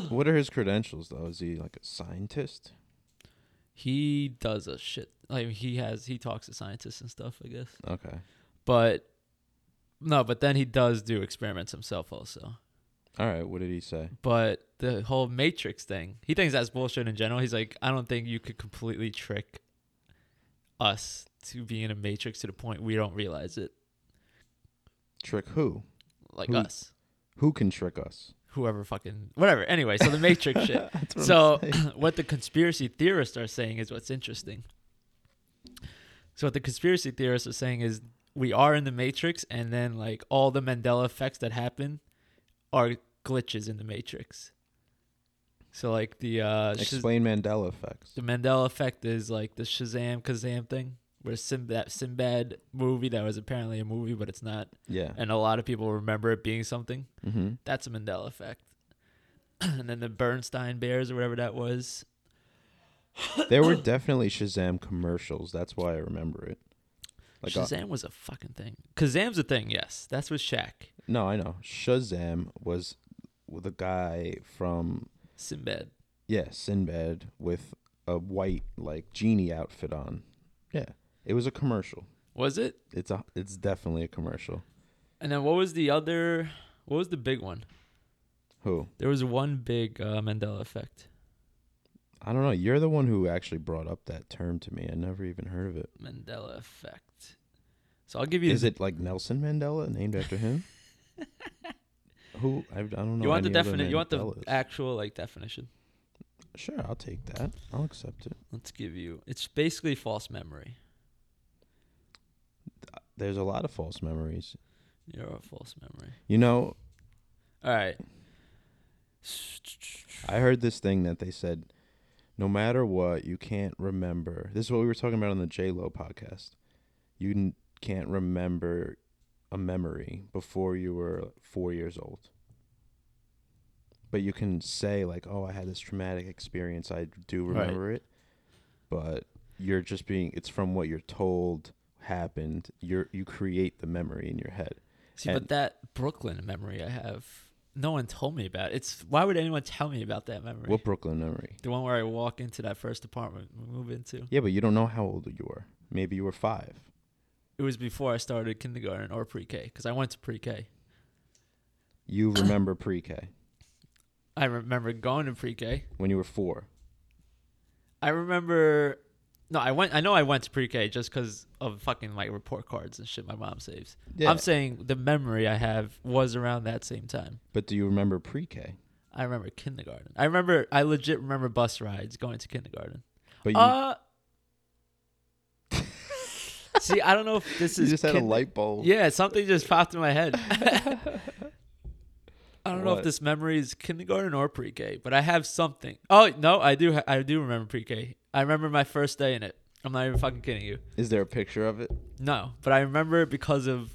B: what are his credentials though? Is he like a scientist?
A: He does a shit. Like he has, he talks to scientists and stuff. I guess,
B: Okay.
A: but no, but then he does do experiments himself also.
B: All right. What did he say?
A: But the whole Matrix thing, he thinks that's bullshit in general. He's like, I don't think you could completely trick us to be in a Matrix to the point we don't realize it,
B: Trick who?
A: like
B: Who-
A: us.
B: Who can trick us?
A: whoever fucking whatever. Anyway, so the Matrix shit. so what the conspiracy theorists are saying is what's interesting. So what the conspiracy theorists are saying is we are in the Matrix, and then like all the Mandela effects that happen are glitches in the Matrix. So like the uh, Shaz-
B: Explain Mandela effects.
A: the Mandela effect is like the Shazam Kazam thing, where Sim- that Sinbad movie that was apparently a movie but it's not,
B: Yeah.
A: and a lot of people remember it being something.
B: Mm-hmm.
A: That's a Mandela effect. and then the Bernstein Bears or whatever that was.
B: There were definitely Shazam commercials. That's why I remember it. Like uh,
A: Shazam was a fucking thing. Kazam's a thing, yes. That's with Shaq.
B: no, I know Shazam was the guy from
A: Sinbad.
B: yeah Sinbad with a white like genie outfit on. Yeah, it was a commercial.
A: Was it?
B: It's a it's definitely a commercial.
A: And then what was the other what was the big one?
B: Who
A: There was one big uh, Mandela effect.
B: I don't know. You're the one who actually brought up that term to me. I never even heard of it.
A: Mandela effect. So I'll give you
B: Is it like Nelson Mandela named after him? Who I, I don't know.
A: you want the
B: any other
A: definite you want the
B: Mandelas.
A: actual like definition.
B: Sure, I'll take that. I'll accept it.
A: Let's give you it's basically false memory.
B: There's a lot of false memories.
A: You're a false memory.
B: You know,
A: All right.
B: I heard this thing that they said, no matter what, you can't remember. This is what we were talking about on the J Lo podcast. You n- can't remember a memory before you were four years old. But you can say like, "Oh, I had this traumatic experience. I do
A: Right.
B: remember it," but you're just being. It's from what you're told happened. You're you create the memory in your head.
A: See,
B: And-
A: but that Brooklyn memory I have, no one told me about. it. It's why would anyone tell me about that memory?
B: What Brooklyn memory?
A: the one where I walk into that first apartment we move into.
B: Yeah, but you don't know how old you were. Maybe you were five.
A: It was before I started kindergarten or pre-K because I went to pre-K.
B: You remember pre-K
A: I remember going to pre-K.
B: when you were four.
A: I remember. No, I went. I know I went to pre-K just because of fucking like report cards and shit my mom saves.
B: Yeah.
A: I'm saying the memory I have was around that same time.
B: But do you remember pre-K?
A: I remember kindergarten. I remember. I legit remember bus rides going to kindergarten.
B: But you,
A: Uh, see, I don't know if this
B: you
A: is
B: just had a
A: kin-
B: light bulb.
A: Yeah, something just popped in my head. I don't know
B: What?
A: if this memory is kindergarten or pre-K, but I have something. Oh no, I do. Ha- I do remember pre-K. I remember my first day in it. I'm not even fucking kidding you.
B: Is there a picture of it?
A: No, but I remember it because of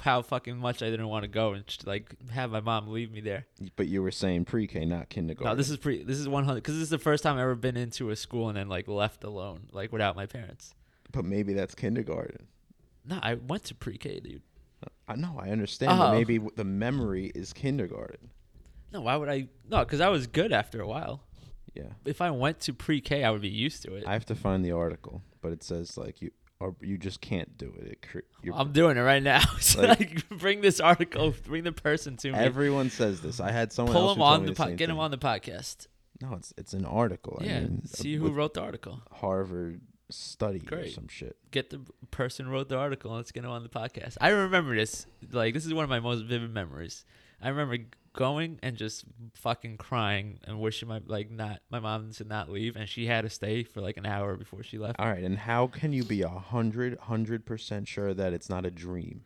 A: how fucking much I didn't want to go and just, like have my mom leave me there.
B: But you were saying pre-K, not kindergarten.
A: No, this is pre. This is 100 because this is the first time I've ever been into a school and then like left alone, like without my parents.
B: But maybe that's kindergarten.
A: No, I went to pre-K, dude.
B: I know. I understand. but
A: Oh.
B: Maybe w- the memory is kindergarten.
A: No, why would I? No, because I was good after a while.
B: Yeah.
A: If I went to pre-K, I would be used to it.
B: I have to find the article, but it says like you or you just can't do it. It cre- you're,
A: I'm doing it right now. so
B: Like-
A: like, bring this article, bring the person to me.
B: everyone says this. I had someone
A: Pull
B: else
A: him
B: who told
A: on
B: me
A: the
B: the
A: po-
B: same
A: get him
B: thing.
A: on the podcast.
B: No, it's it's an article.
A: yeah,
B: I mean, uh,
A: see who
B: with
A: wrote the article.
B: Harvard study or
A: Great.
B: some shit.
A: Get the person who wrote the article. Let's get him on the podcast. I remember this. Like this is one of my most vivid memories. I remember g- going and just fucking crying and wishing my like not my mom to not leave, and she had to stay for like an hour before she left.
B: All right, and how can you be a hundred, hundred percent sure that it's not a dream?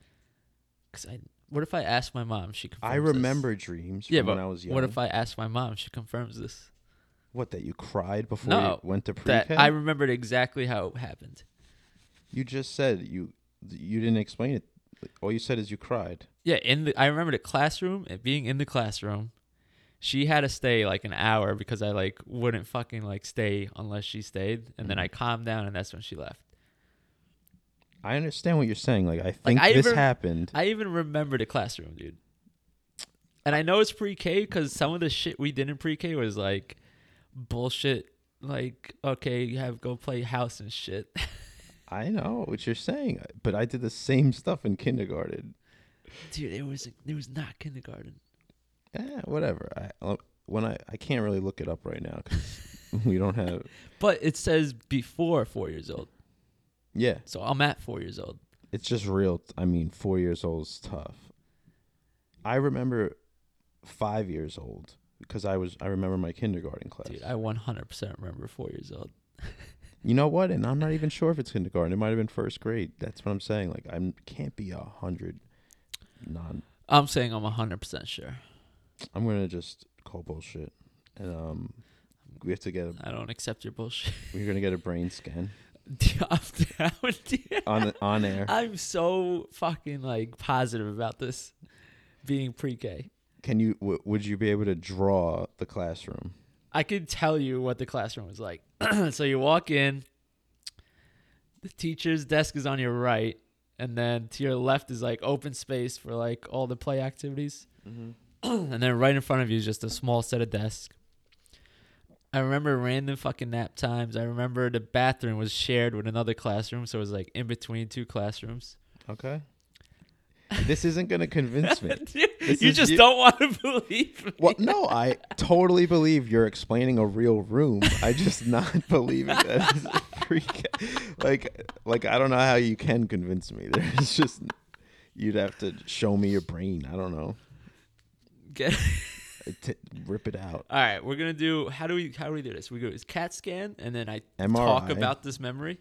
A: Cause I, what if I ask my mom? She confirms
B: I
A: this?
B: remember dreams
A: Yeah,
B: from
A: but
B: when I was young.
A: what if I ask my mom? She confirms this.
B: What, that you cried before
A: No,
B: you went to pre-K?
A: That I remembered exactly how it happened.
B: you just said you you didn't explain it. All you said is you cried.
A: Yeah, in the I remember the classroom and being in the classroom. She had to stay like an hour because I like wouldn't fucking like stay unless she stayed, and then I calmed down, and that's when she left.
B: I understand what you're saying. Like I think
A: I
B: this
A: even-
B: happened.
A: I even remember the classroom, dude. And I know it's pre-K because some of the shit we did in pre-K was like bullshit like okay, you have go play house and shit.
B: I know what you're saying, but I did the same stuff in kindergarten.
A: Dude, it was it was not kindergarten.
B: Eh, whatever. I when I I can't really look it up right now because we don't have.
A: But it says before four years old.
B: Yeah,
A: So I'm at four years old.
B: it's just real. I mean, four years old is tough. I remember five years old because I was I remember my kindergarten class.
A: Dude, I 100% remember four years old.
B: You know what? And I'm not even sure if it's kindergarten. It might have been first grade. That's what I'm saying. Like I can't be a hundred. Non.
A: I'm saying I'm 100% sure.
B: I'm gonna just call bullshit, and um, we have to get a,
A: I don't accept your bullshit.
B: we're gonna get a brain scan
A: Dude, I'm down, dude.
B: on on air.
A: I'm so fucking like positive about this being pre-K.
B: Can you? W- would you be able to draw the classroom?
A: I could tell you what the classroom was like. so you walk in, the teacher's desk is on your right, and then to your left is like open space for like all the play activities. and then right in front of you is just a small set of desks. I remember random fucking nap times. I remember the bathroom was shared with another classroom, so it was like in between two classrooms.
B: Okay. This isn't gonna convince me. This
A: you
B: is
A: just
B: you-
A: don't want to believe me.
B: Well, no, I totally believe you're explaining a real room. I just not believing that is a freak. Like, like I don't know how you can convince me. There's just you'd have to show me your brain. I don't know.
A: Get-
B: T- rip it out.
A: All right, we're gonna do. How do we? How do we do this? We go is CAT scan, and then I
B: MRI.
A: talk about this memory,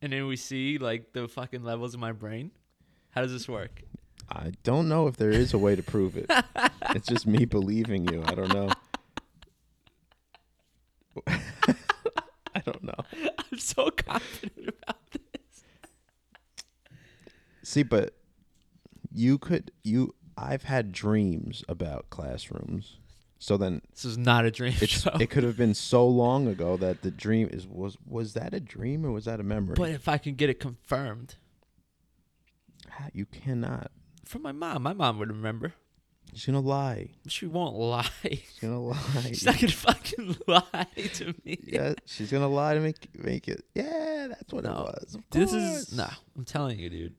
A: and then we see like the fucking levels in my brain. How does this work?
B: I don't know if there is a way to prove it. it's just me believing you. I don't know. I don't know.
A: I'm so confident about this.
B: See, but you could you I've had dreams about classrooms. So then
A: This is not a dream
B: it's
A: show.
B: it could have been so long ago that the dream is was was that a dream or was that a memory?
A: but if I can get it confirmed
B: Ha- you cannot.
A: from my mom, my mom would remember.
B: She's gonna lie.
A: She won't lie.
B: She's gonna lie.
A: She's not gonna fucking lie to me.
B: yeah, she's gonna lie to make make it. Yeah, that's what it
A: No,
B: was. Of
A: this is no.
B: course.
A: I'm telling you, dude.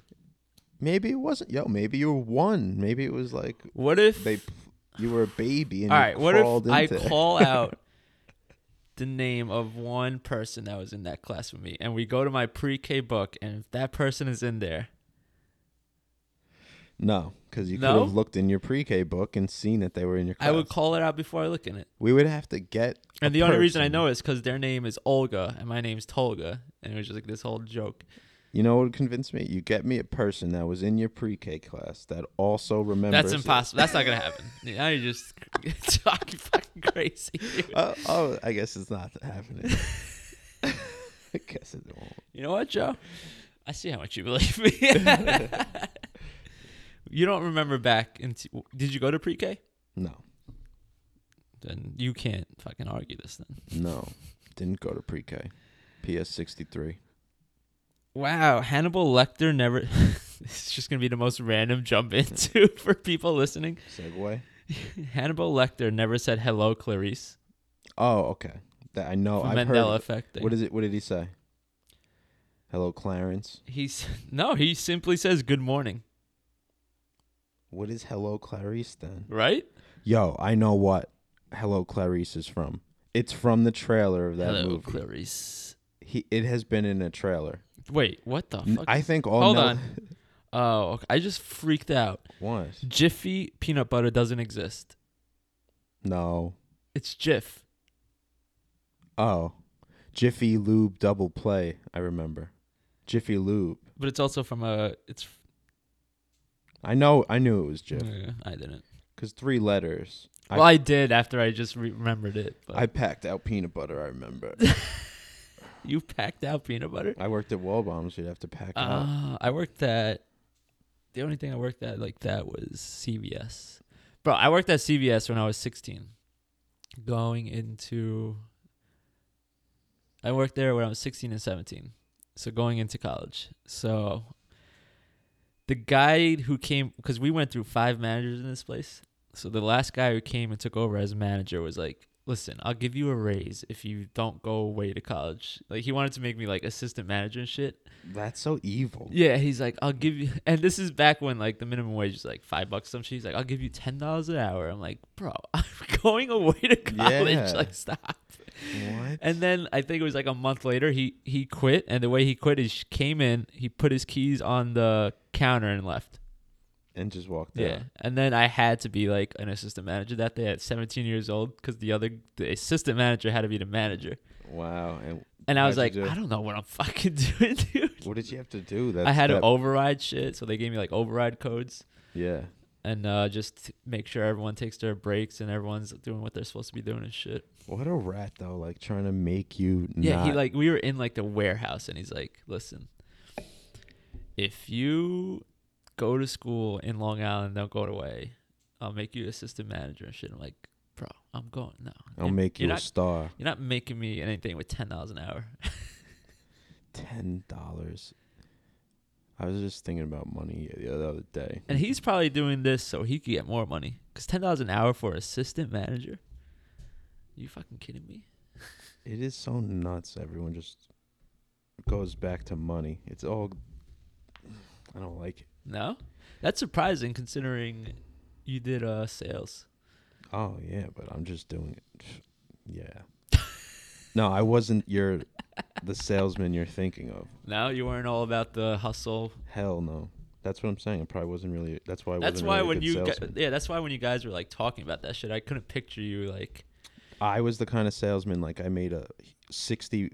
B: Maybe it wasn't. Yo, maybe you were one. Maybe it was like
A: What if
B: they you were a baby and
A: All
B: you
A: right, what
B: crawled
A: if
B: into
A: I
B: it.
A: call out the name of one person that was in that class with me, and we go to my pre-K book, and if that person is in there,
B: No, because you could
A: No?
B: have looked in your pre-K book and seen that they were in your class.
A: I would call it out before I look in it.
B: We would have to get.
A: And
B: a
A: the only reason I
B: person.
A: know is because their name is Olga and my name's Tolga, and it was just like this whole joke.
B: You know what would convince me? You get me a person that was in your pre-K class that also remembers.
A: That's
B: it.
A: impossible. That's not gonna happen. Now you're just talking fucking crazy. dude.
B: Oh, oh, I guess it's not happening. I guess it won't.
A: You know what, Joe? I see how much you believe me. you don't remember back into? Did you go to pre-K?
B: No,
A: then you can't fucking argue this then.
B: no, didn't go to pre-K. PS sixty three.
A: Wow, Hannibal Lecter never It's just going to be the most random jump into for people listening.
B: Segway.
A: Hannibal Lecter never said hello Clarice.
B: Oh, okay. That I know.
A: from
B: Oh, I've heard.
A: Mandela
B: of it.
A: effect. Thing.
B: What is it? What did he say? Hello, Clarence.
A: He's No, he simply says good morning,
B: What is Hello, Clarice then?
A: right?
B: Yo, I know what Hello Clarice is from. It's from the trailer of that
A: hello
B: movie.
A: Clarice.
B: he, it has been in a trailer.
A: Wait, what the
B: N-
A: fuck?
B: I think all
A: Hold
B: Nel-
A: on. oh, okay. I just freaked out.
B: What?
A: Jiffy peanut butter doesn't exist.
B: No.
A: It's Jif.
B: Oh, Jiffy Lube double play. I remember. Jiffy Lube.
A: But it's also from a it's
B: I know. I knew it was Jiff
A: Yeah, I didn't.
B: because three letters.
A: well, I did after I just re- remembered it. But.
B: I packed out peanut butter. I remember.
A: You packed out peanut butter?
B: I worked at Wall Bombs. You'd have to pack out.
A: Uh, I worked at the only thing I worked at like that was CVS. Bro, I worked at CVS when I was 16. Going into I worked there when I was 16 and 17. So going into college. So the guy who came cuz we went through five managers in this place. So the last guy who came and took over as manager was like listen, I'll give you a raise if you don't go away to college. Like he wanted to make me like assistant manager and shit.
B: That's so evil.
A: Yeah, he's like, I'll give you, and this is back when like the minimum wage is like five bucks. Some shit. He's like, I'll give you ten dollars an hour. I'm like, bro, I'm going away to college.
B: Yeah.
A: Like, stop.
B: What?
A: And then I think it was like a month later, he he quit, and the way he quit is came in, he put his keys on the counter and left.
B: And just walked
A: Yeah.
B: out.
A: And then I had to be like an assistant manager that day at 17 years old because the other the assistant manager had to be the manager.
B: Wow. And
A: And I was like,
B: how'd you do?
A: I don't know what I'm fucking doing, dude.
B: what did you have to do? That's,
A: I had to
B: that,
A: override shit, so they gave me like override codes
B: yeah.
A: and uh, just make sure everyone takes their breaks and everyone's doing what they're supposed to be doing and shit.
B: What a rat though, like trying to make you.
A: Yeah, he
B: not-
A: like we were in like the warehouse and he's like, "Listen, if you go to school in Long Island, don't go away. I'll make you assistant manager and shit." I'm like, "Bro, I'm going no.
B: I'll
A: You're-
B: make you
A: you're
B: a
A: not,
B: star.
A: You're not making me anything with ten dollars an hour.
B: Ten dollars. I was just thinking about money the other day.
A: And he's probably doing this so he could get more money. Cause ten dollars an hour for assistant manager? you fucking kidding me?
B: It is so nuts. Everyone just goes back to money. It's all. I don't like it.
A: No, that's surprising considering you did uh sales.
B: Oh yeah, but I'm just doing it. Yeah. no, I wasn't your, the salesman you're thinking of.
A: No, you weren't all about the hustle.
B: Hell no. That's what I'm saying. I probably wasn't really. That's why. I
A: that's
B: wasn't
A: why
B: really a
A: when
B: good
A: you gu
B: salesman.
A: yeah, that's why when you guys were like talking about that shit, I couldn't picture you like
B: I was the kind of salesman like I made a 60,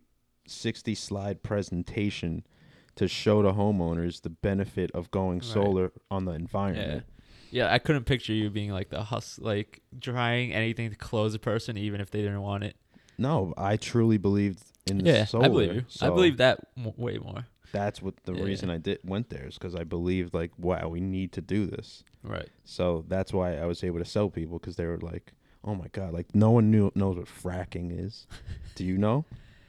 B: 60 slide presentation to show to homeowners the benefit of going
A: Right.
B: solar on the
A: yeah.
B: environment.
A: Yeah, I couldn't picture you being like the hus like trying anything to close a person even if they didn't want it.
B: No, I truly believed in the
A: Yeah,
B: solar.
A: I believe you. I
B: so
A: believe that m- way more.
B: that's what the
A: Yeah.
B: reason I did went there is because I believed like, wow, we need to do this.
A: Right.
B: So that's why I was able to sell people because they were like, oh my god, like no one knew knows what fracking is. do you know?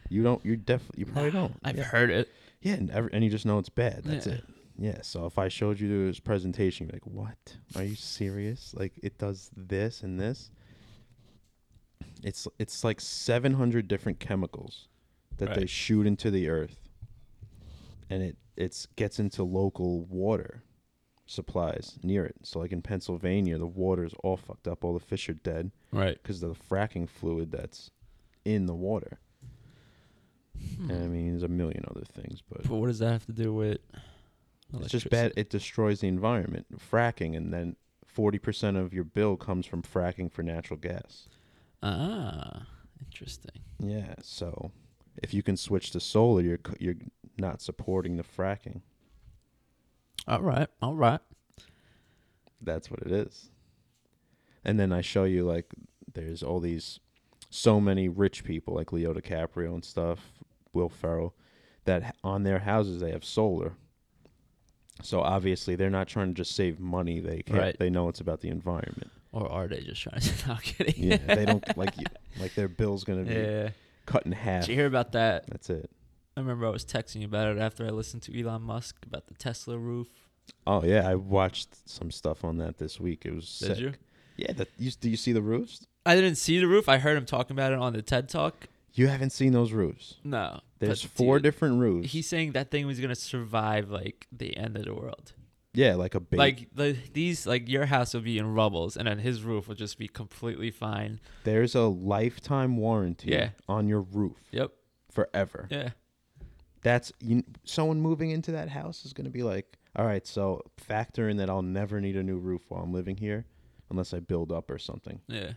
B: You don't. You definitely. You probably don't.
A: I've
B: Yeah.
A: heard it.
B: Yeah, and, every, and you just know it's bad. That's
A: Yeah.
B: it. Yeah. So if I showed you this presentation, you'd be like, "What? Are you serious? Like it does this and this." It's it's like seven hundred different chemicals that they
A: Right.
B: shoot into the earth, and it it's gets into local water supplies near it. So like in Pennsylvania, the water is all fucked up. All the fish are dead
A: Right.
B: because of the fracking fluid that's in the water. And I
A: Mm-hmm.
B: mean, there's a million other things, but
A: Hmm. But what does that have to do with?
B: it's just bad. It destroys the environment. Fracking, and then forty percent of your bill comes from fracking for natural gas.
A: Ah, interesting.
B: Yeah. So, if you can switch to solar, you're c- you're not supporting the fracking.
A: All right, all right.
B: That's what it is. And then I show you like there's all these so many rich people like Leo DiCaprio and stuff, Will Ferrell, that h- on their houses they have solar. So obviously they're not trying to just save money. They can't,
A: Right.
B: they know it's about the environment.
A: Or are they just trying to? No, I'm kidding.
B: Yeah, they don't like you, like their bill's gonna be
A: Yeah.
B: cut in half.
A: Did you hear about that?
B: That's it.
A: I remember I was texting you about it after I listened to Elon Musk about the Tesla roof.
B: Oh yeah, I watched some stuff on that this week. It was
A: Did
B: sick.
A: you?
B: Yeah, that you, do you see the roofs?
A: I didn't see the roof. I heard him talking about it on the TED Talk.
B: You haven't seen those roofs.
A: No. but
B: There's four
A: dude,
B: different roofs.
A: He's saying that thing was gonna survive like the end of the world.
B: yeah, like a big
A: Like the these like your house will be in rubbles, and then his roof will just be completely fine.
B: There's a lifetime warranty
A: Yeah.
B: on your roof
A: Yep.
B: forever.
A: Yeah.
B: That's you, someone moving into that house is going to be like, all right, so factor in that I'll never need a new roof while I'm living here unless I build up or something.
A: Yeah.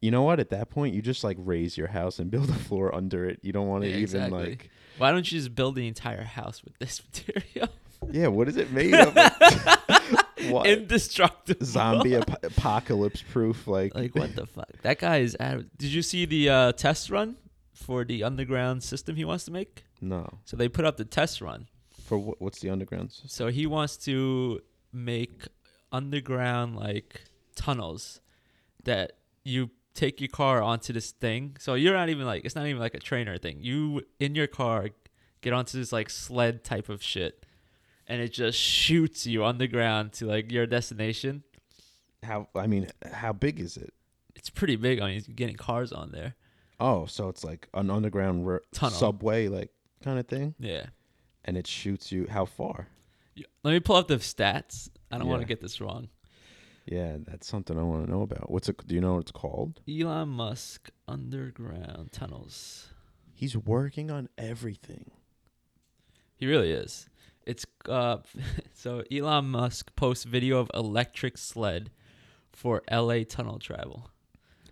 B: You know what? At that point, you just like raise your house and build a floor under it. You don't want to
A: Yeah,
B: even
A: exactly.
B: like,
A: Why don't you just build the entire house with this material?
B: yeah, what is it made of? what?
A: Indestructible.
B: Zombie ap- apocalypse proof. Like,
A: Like what the fuck? That guy is out. of- Did you see the uh, test run for the underground system he wants to make?
B: no.
A: So they put up the test run.
B: For what, what's the underground system?
A: So he wants to make underground like tunnels that you take your car onto this thing. So you're not even like it's not even like a train or thing. You in your car get onto this like sled type of shit and it just shoots you underground to like your destination.
B: How, I mean, how big is it?
A: It's it's pretty big. I mean, he's getting cars on there.
B: Oh, so it's like an underground r-
A: Tunnel.
B: subway, like kind of thing,
A: Yeah.
B: and it shoots you how far?
A: Y- Let me pull up the stats. I don't want to
B: Yeah.
A: get this wrong.
B: Yeah, that's something I want to know about. What's it? Do you know what it's called?
A: Elon Musk underground tunnels.
B: He's working on everything.
A: He really is. It's uh, so Elon Musk posts video of electric sled for LA tunnel travel.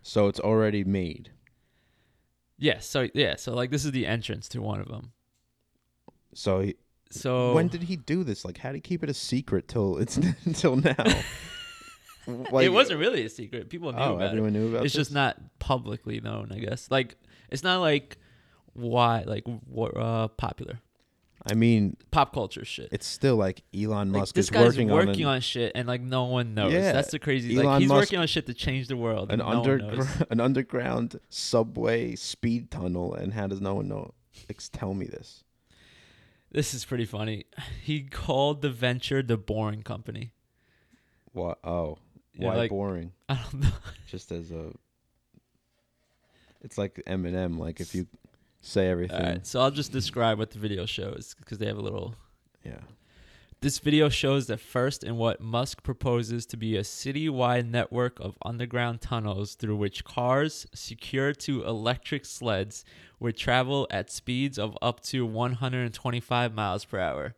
B: So it's already made.
A: Yes. So yeah. So like this is the entrance to one of them.
B: So he,
A: So
B: when did he do this? Like, how do you keep it a secret till it's until now? like,
A: it wasn't really a secret. People knew
B: Oh,
A: about
B: everyone
A: it.
B: knew about
A: It's just
B: this?
A: not publicly known, I guess. Like it's not like why like what uh popular
B: I mean,
A: pop culture shit.
B: it's still like Elon
A: Like,
B: Musk
A: this
B: is
A: guy's
B: working, on an,
A: shit and like no one knows.
B: Yeah.
A: That's the crazy.
B: Elon
A: like he's
B: Musk-
A: working on shit to change the world.
B: an
A: and no one knows.
B: underground an underground subway speed tunnel, and how does no one know? Ex- tell me this.
A: This is pretty funny. He called the venture the Boring Company.
B: Why? Oh,
A: Yeah,
B: why
A: like-
B: boring?
A: I don't know.
B: Just as a, it's like Eminem. Like if you say everything,
A: All right, so I'll just describe what the video shows because they have a little
B: yeah.
A: This video shows the first in what Musk proposes to be a city-wide network of underground tunnels through which cars, secured to electric sleds, would travel at speeds of up to 125 miles per hour.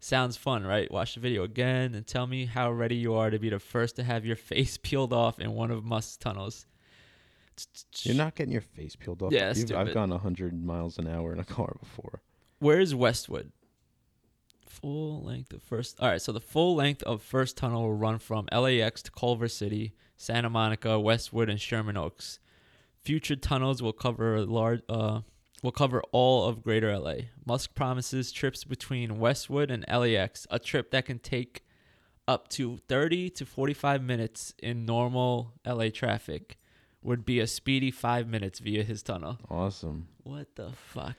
A: Sounds fun, right? Watch the video again and tell me how ready you are to be the first to have your face peeled off in one of Musk's tunnels.
B: You're not getting your face peeled off.
A: Yeah,
B: You've- I've
A: stupid.
B: gone 100 miles an hour in a car before.
A: Where is Westwood? Full length of first. All right, so the full length of first tunnel will run from LAX to Culver City, Santa Monica, Westwood, and Sherman Oaks. Future tunnels will cover a large. Uh, will cover all of Greater LA. Musk promises trips between Westwood and LAX, a trip that can take up to 30 to 45 minutes in normal LA traffic, would be a speedy five minutes via his tunnel.
B: Awesome.
A: What the fuck?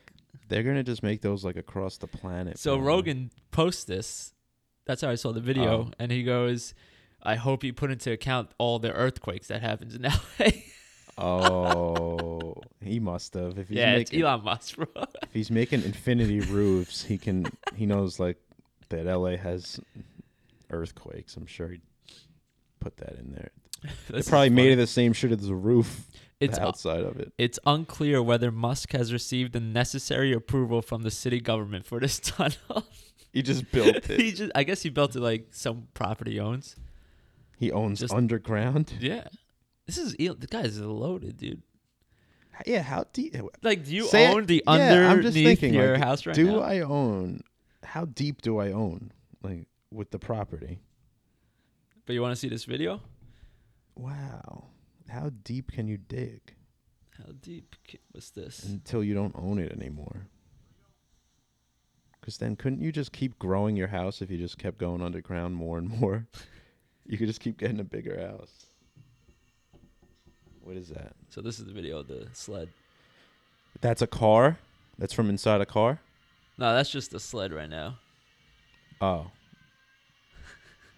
B: They're gonna just make those like across the planet.
A: So
B: bro.
A: Rogan posts this. That's how I saw the video,
B: Oh.
A: and he goes, "I hope you put into account all the earthquakes that happens in LA."
B: Oh, he must have. If he's
A: yeah, it's
B: making,
A: Elon Musk, bro.
B: if he's making infinity roofs, he can. He knows like that LA has earthquakes. I'm sure he put that in there.
A: This
B: they
A: is
B: probably made
A: funny.
B: it the same shit as the roof.
A: It's
B: the outside of it.
A: It's unclear whether Musk has received the necessary approval from the city government for this tunnel.
B: He just built it.
A: he just, I guess, he built it like some property he owns.
B: He owns
A: Just-
B: underground.
A: Yeah, this is El- the guys are loaded, dude.
B: Yeah, how deep? uh,
A: Like, do you
B: Say it-
A: own the
B: yeah,
A: underneath
B: I'm just thinking,
A: your
B: like,
A: house right
B: do
A: now?
B: I own? How deep do I own? Like with the property?
A: But you want to see this video?
B: Wow. How deep can you dig
A: How deep ca- was this?
B: until you don't own it anymore? Because then couldn't you just keep growing your house if you just kept going underground more and more? you could just keep getting a bigger house. What is that?
A: So this is the video of the sled.
B: That's a car? That's from inside a car?
A: No, that's just the sled right now.
B: Oh.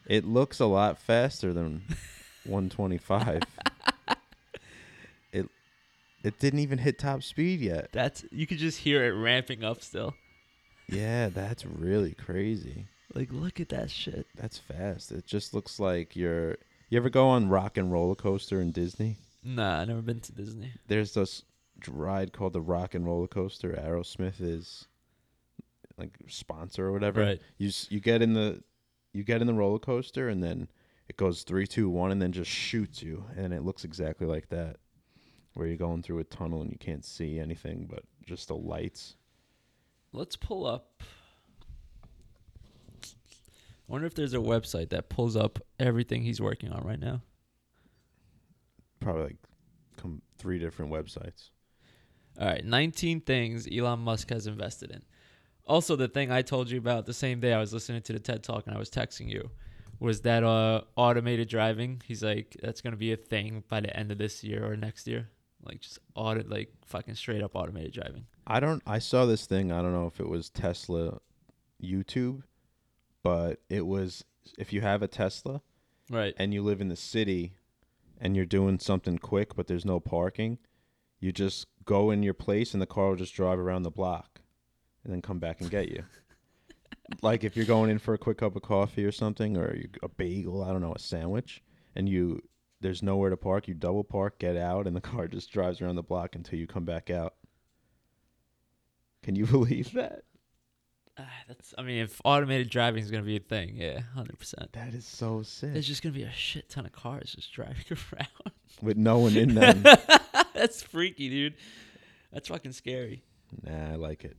B: It looks a lot faster than 125. it it didn't even hit top speed yet.
A: That's you could just hear it ramping up still.
B: Yeah, that's really crazy.
A: Like look at that shit.
B: That's fast. It just looks like you're. You ever go on Rock and Roller Coaster in Disney?
A: Nah, I never been to Disney.
B: There's this ride called the Rock and Roller Coaster. Aerosmith is like sponsor or whatever.
A: Right.
B: You s- you get in the you get in the roller coaster and then it goes three, two, one, and then just shoots you, and it looks exactly like that, where you're going through a tunnel and you can't see anything but just the lights.
A: Let's pull up. I wonder if there's a website that pulls up everything he's working on right now.
B: Probably like come three different websites.
A: All right, 19 things Elon Musk has invested in. Also, the thing I told you about the same day I was listening to the TED Talk and I was texting you was that uh, automated driving. He's like, that's going to be a thing by the end of this year or next year. Like, just audit, like, fucking straight up automated driving.
B: I don't. I saw this thing. I don't know if it was Tesla, YouTube, but it was if you have a Tesla
A: Right.
B: and you live in the city, and you're doing something quick, but there's no parking, you just go in your place and the car will just drive around the block and then come back and get you. like if you're going in for a quick cup of coffee or something or you, a bagel, I don't know, a sandwich, and you there's nowhere to park, you double park, get out, and the car just drives around the block until you come back out. Can you believe that?
A: Ah, that's. I mean, if automated driving is gonna be a thing, yeah, hundred percent.
B: That is so sick.
A: There's just gonna be a shit ton of cars just driving around.
B: With no one in them.
A: that's freaky, dude. That's fucking scary.
B: nah, I like it.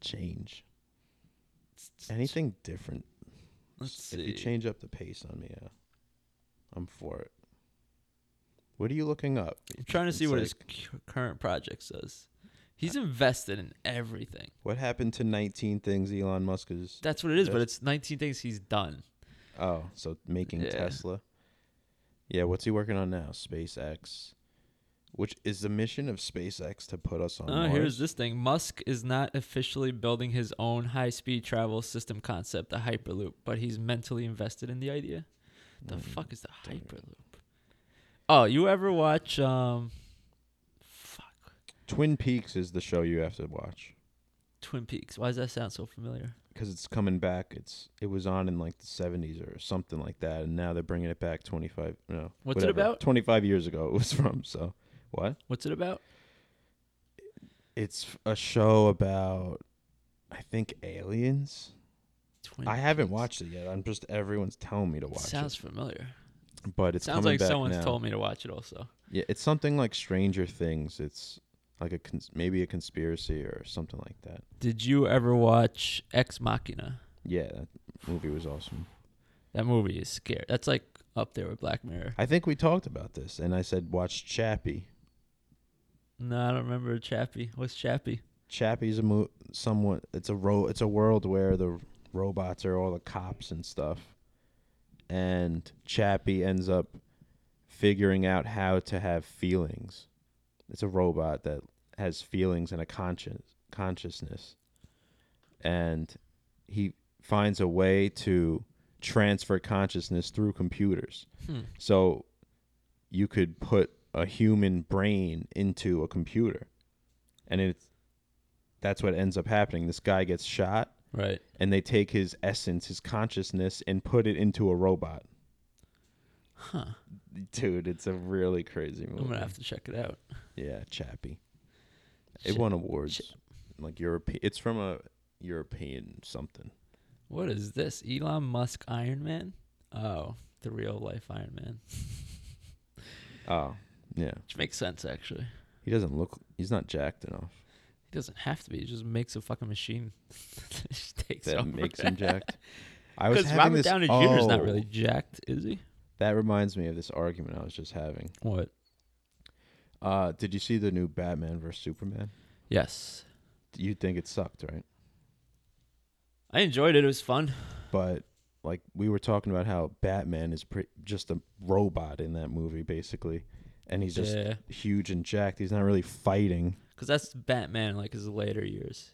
B: Change. Anything different.
A: Let's
B: If you
A: see.
B: change up the pace on me, yeah, I'm for it. What are you looking up?
A: I'm trying to see
B: It's
A: what
B: like,
A: his cu- current project says. He's invested in everything.
B: What happened to 19 things Elon Musk is?
A: That's what it is, but
B: Yes.
A: it's 19 things he's done.
B: Oh, so making
A: Yeah.
B: Tesla. Yeah, what's he working on now? SpaceX, which is the mission of SpaceX to put us on
A: Oh,
B: Mars.
A: here's this thing. Musk is not officially building his own high-speed travel system concept, the Hyperloop, but he's mentally invested in the idea. The
B: Mm.
A: fuck is the Hyperloop? Oh, you ever watch um fuck,
B: Twin Peaks is the show you have to watch
A: Twin Peaks. Why does that sound so familiar?
B: because it's coming back. It's it was on in like the 70s or something like that, and now they're bringing it back 25. No,
A: What's it about?
B: 25 years ago it was from. So what?
A: What's it about?
B: It's f- a show about, I think, aliens.
A: Twin
B: I haven't
A: Peaks.
B: watched it yet. I'm just everyone's telling me to
A: It
B: watch
A: sounds familiar.
B: it, but it's
A: sounds
B: coming
A: like
B: back
A: someone's
B: now.
A: told me to watch it also.
B: Yeah, it's something like Stranger Things. It's like a cons- maybe a conspiracy or something like that.
A: Did you ever watch Ex Machina?
B: Yeah, that movie was awesome.
A: That movie is scary. That's like up there with Black Mirror.
B: I think we talked about this, and I said watch Chappie.
A: No, I don't remember Chappie. What's Chappie?
B: Chappie's a mo- somewhat. It's a ro- It's a world where the robots are all the cops and stuff, and Chappie ends up figuring out how to have feelings. It's a robot that has feelings and a conscience consciousness, and he finds a way to transfer consciousness through computers.
A: Hmm.
B: So you could put a human brain into a computer. And it's that's what ends up happening. This guy gets shot
A: Right.
B: and they take his essence, his consciousness and put it into a robot.
A: Huh.
B: Dude, it's a really crazy
A: I'm
B: movie.
A: gonna have to check it out.
B: yeah, Chappie.
A: Shit.
B: It won awards. Like Europe it's from a European something.
A: What is this? Elon Musk Iron Man? Oh, the real life Iron Man.
B: Oh, yeah.
A: Which makes sense actually.
B: He doesn't look he's not jacked enough.
A: He doesn't have to be. He just makes a fucking machine. that just takes
B: That
A: over.
B: makes him jacked. I was
A: Because
B: having
A: Robert
B: this,
A: Downey Jr. is not
B: oh.
A: really jacked, is he?
B: That reminds me of this argument I was just having.
A: What?
B: Uh, did you see the new Batman vs Superman?
A: Yes.
B: You think it sucked, right?
A: I enjoyed it. It was fun.
B: But like we were talking about how Batman is pre- just a robot in that movie, basically, and he's just
A: yeah.
B: huge and jacked. He's not really fighting.
A: Because that's Batman, like his later years.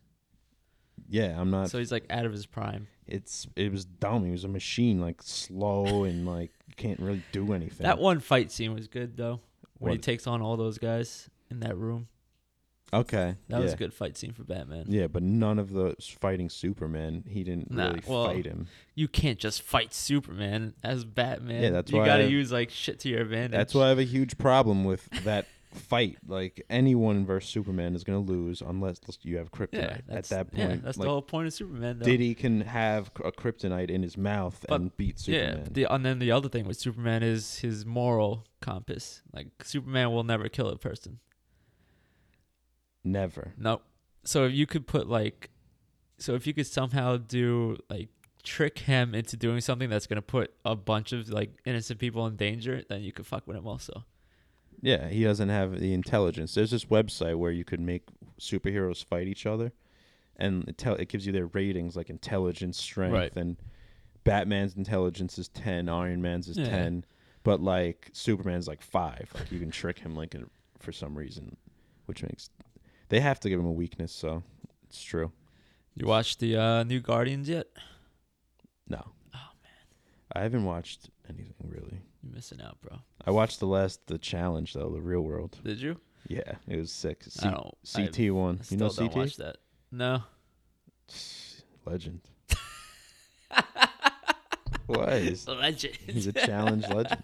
B: Yeah, I'm not.
A: so he's like out of his prime.
B: it's it was dumb. He was a machine, like slow and like can't really do anything.
A: That one fight scene was good though. When he
B: What-
A: takes on all those guys in that room.
B: okay,
A: That was
B: yeah.
A: a good fight scene for Batman.
B: Yeah, but none of the fighting Superman. He didn't
A: Nah,
B: really
A: well,
B: fight him.
A: You can't just fight Superman as Batman.
B: Yeah, that's
A: you
B: why
A: gotta
B: I-
A: use like shit to your advantage.
B: That's why I have a huge problem with that fight. Like anyone versus Superman is going to lose unless you have kryptonite.
A: Yeah,
B: At
A: that's,
B: that
A: yeah,
B: point,
A: that's
B: like
A: the whole point of Superman. Though.
B: Diddy can have a kryptonite in his mouth
A: But-
B: and beat Superman.
A: Yeah, the, and then the other thing with Superman is his moral compass. Like Superman will never kill a person.
B: Never.
A: No. So if you could put like, so if you could somehow do like trick him into doing something that's gonna put a bunch of like innocent people in danger, then you could fuck with him also.
B: Yeah, he doesn't have the intelligence. There's this website where you could make superheroes fight each other, and it tell it gives you their ratings like intelligence, strength,
A: Right.
B: and Batman's intelligence is ten, Iron Man's is
A: Yeah.
B: ten, but like Superman's like five. Like you can trick him like in- for some reason, which makes they have to give him a weakness. So it's true.
A: You watched the uh, new Guardians yet?
B: No. Oh man, I haven't watched anything really.
A: You missing out, bro.
B: I watched the last the challenge though, the real world.
A: Did you?
B: Yeah, it was sick.
A: I don't- I
B: CT one. You
A: Still
B: know
A: don't watch
B: CT?
A: that. No,
B: Legend. what? He's,
A: legend.
B: he's a challenge legend.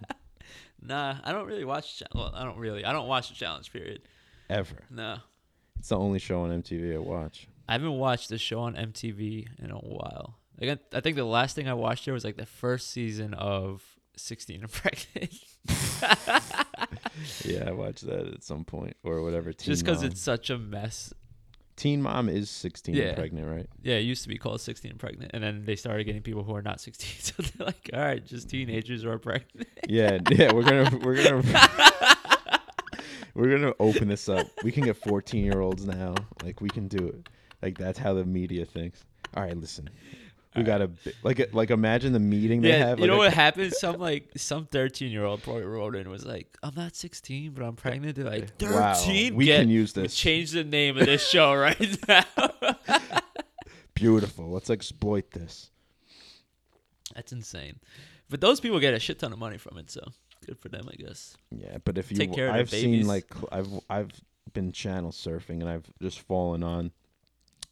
A: Nah, I don't really watch. Cha- well, I don't really. I don't watch the challenge. Period.
B: Ever.
A: No,
B: It's the only show on MTV I watch.
A: I haven't watched the show on MTV in a while. Like, I, I think the last thing I watched there was like the first season of Sixteen and Pregnant,
B: Yeah, I watched that at some point or whatever. Teen
A: just because
B: Mom.
A: it's such a mess.
B: Teen Mom is sixteen
A: Yeah.
B: and pregnant, right?
A: Yeah, it used to be called Sixteen and Pregnant, and then they started getting people who are not sixteen. So they're like, all right, just
B: Mm-hmm.
A: teenagers who are pregnant.
B: Yeah, yeah. We're gonna we're gonna we're gonna open this up. We can get fourteen year olds now. Like we can do it. Like that's how the media thinks. All right, listen. We got a bi- like like imagine the meeting they
A: yeah,
B: have.
A: you
B: like
A: know
B: a-
A: what happened? Some like some thirteen-year-old probably wrote in and was like, "I'm not sixteen, but I'm pregnant." They're like,
B: Wow,
A: "13?
B: we
A: Get-
B: can use this.
A: Change the name of this show right now."
B: Beautiful. Let's exploit this.
A: That's insane. But those people get a shit ton of money from it, so good for them, I guess.
B: Yeah, but if you,
A: Take care of their
B: I've
A: babies.
B: seen like cl- I've I've been channel surfing and I've just fallen on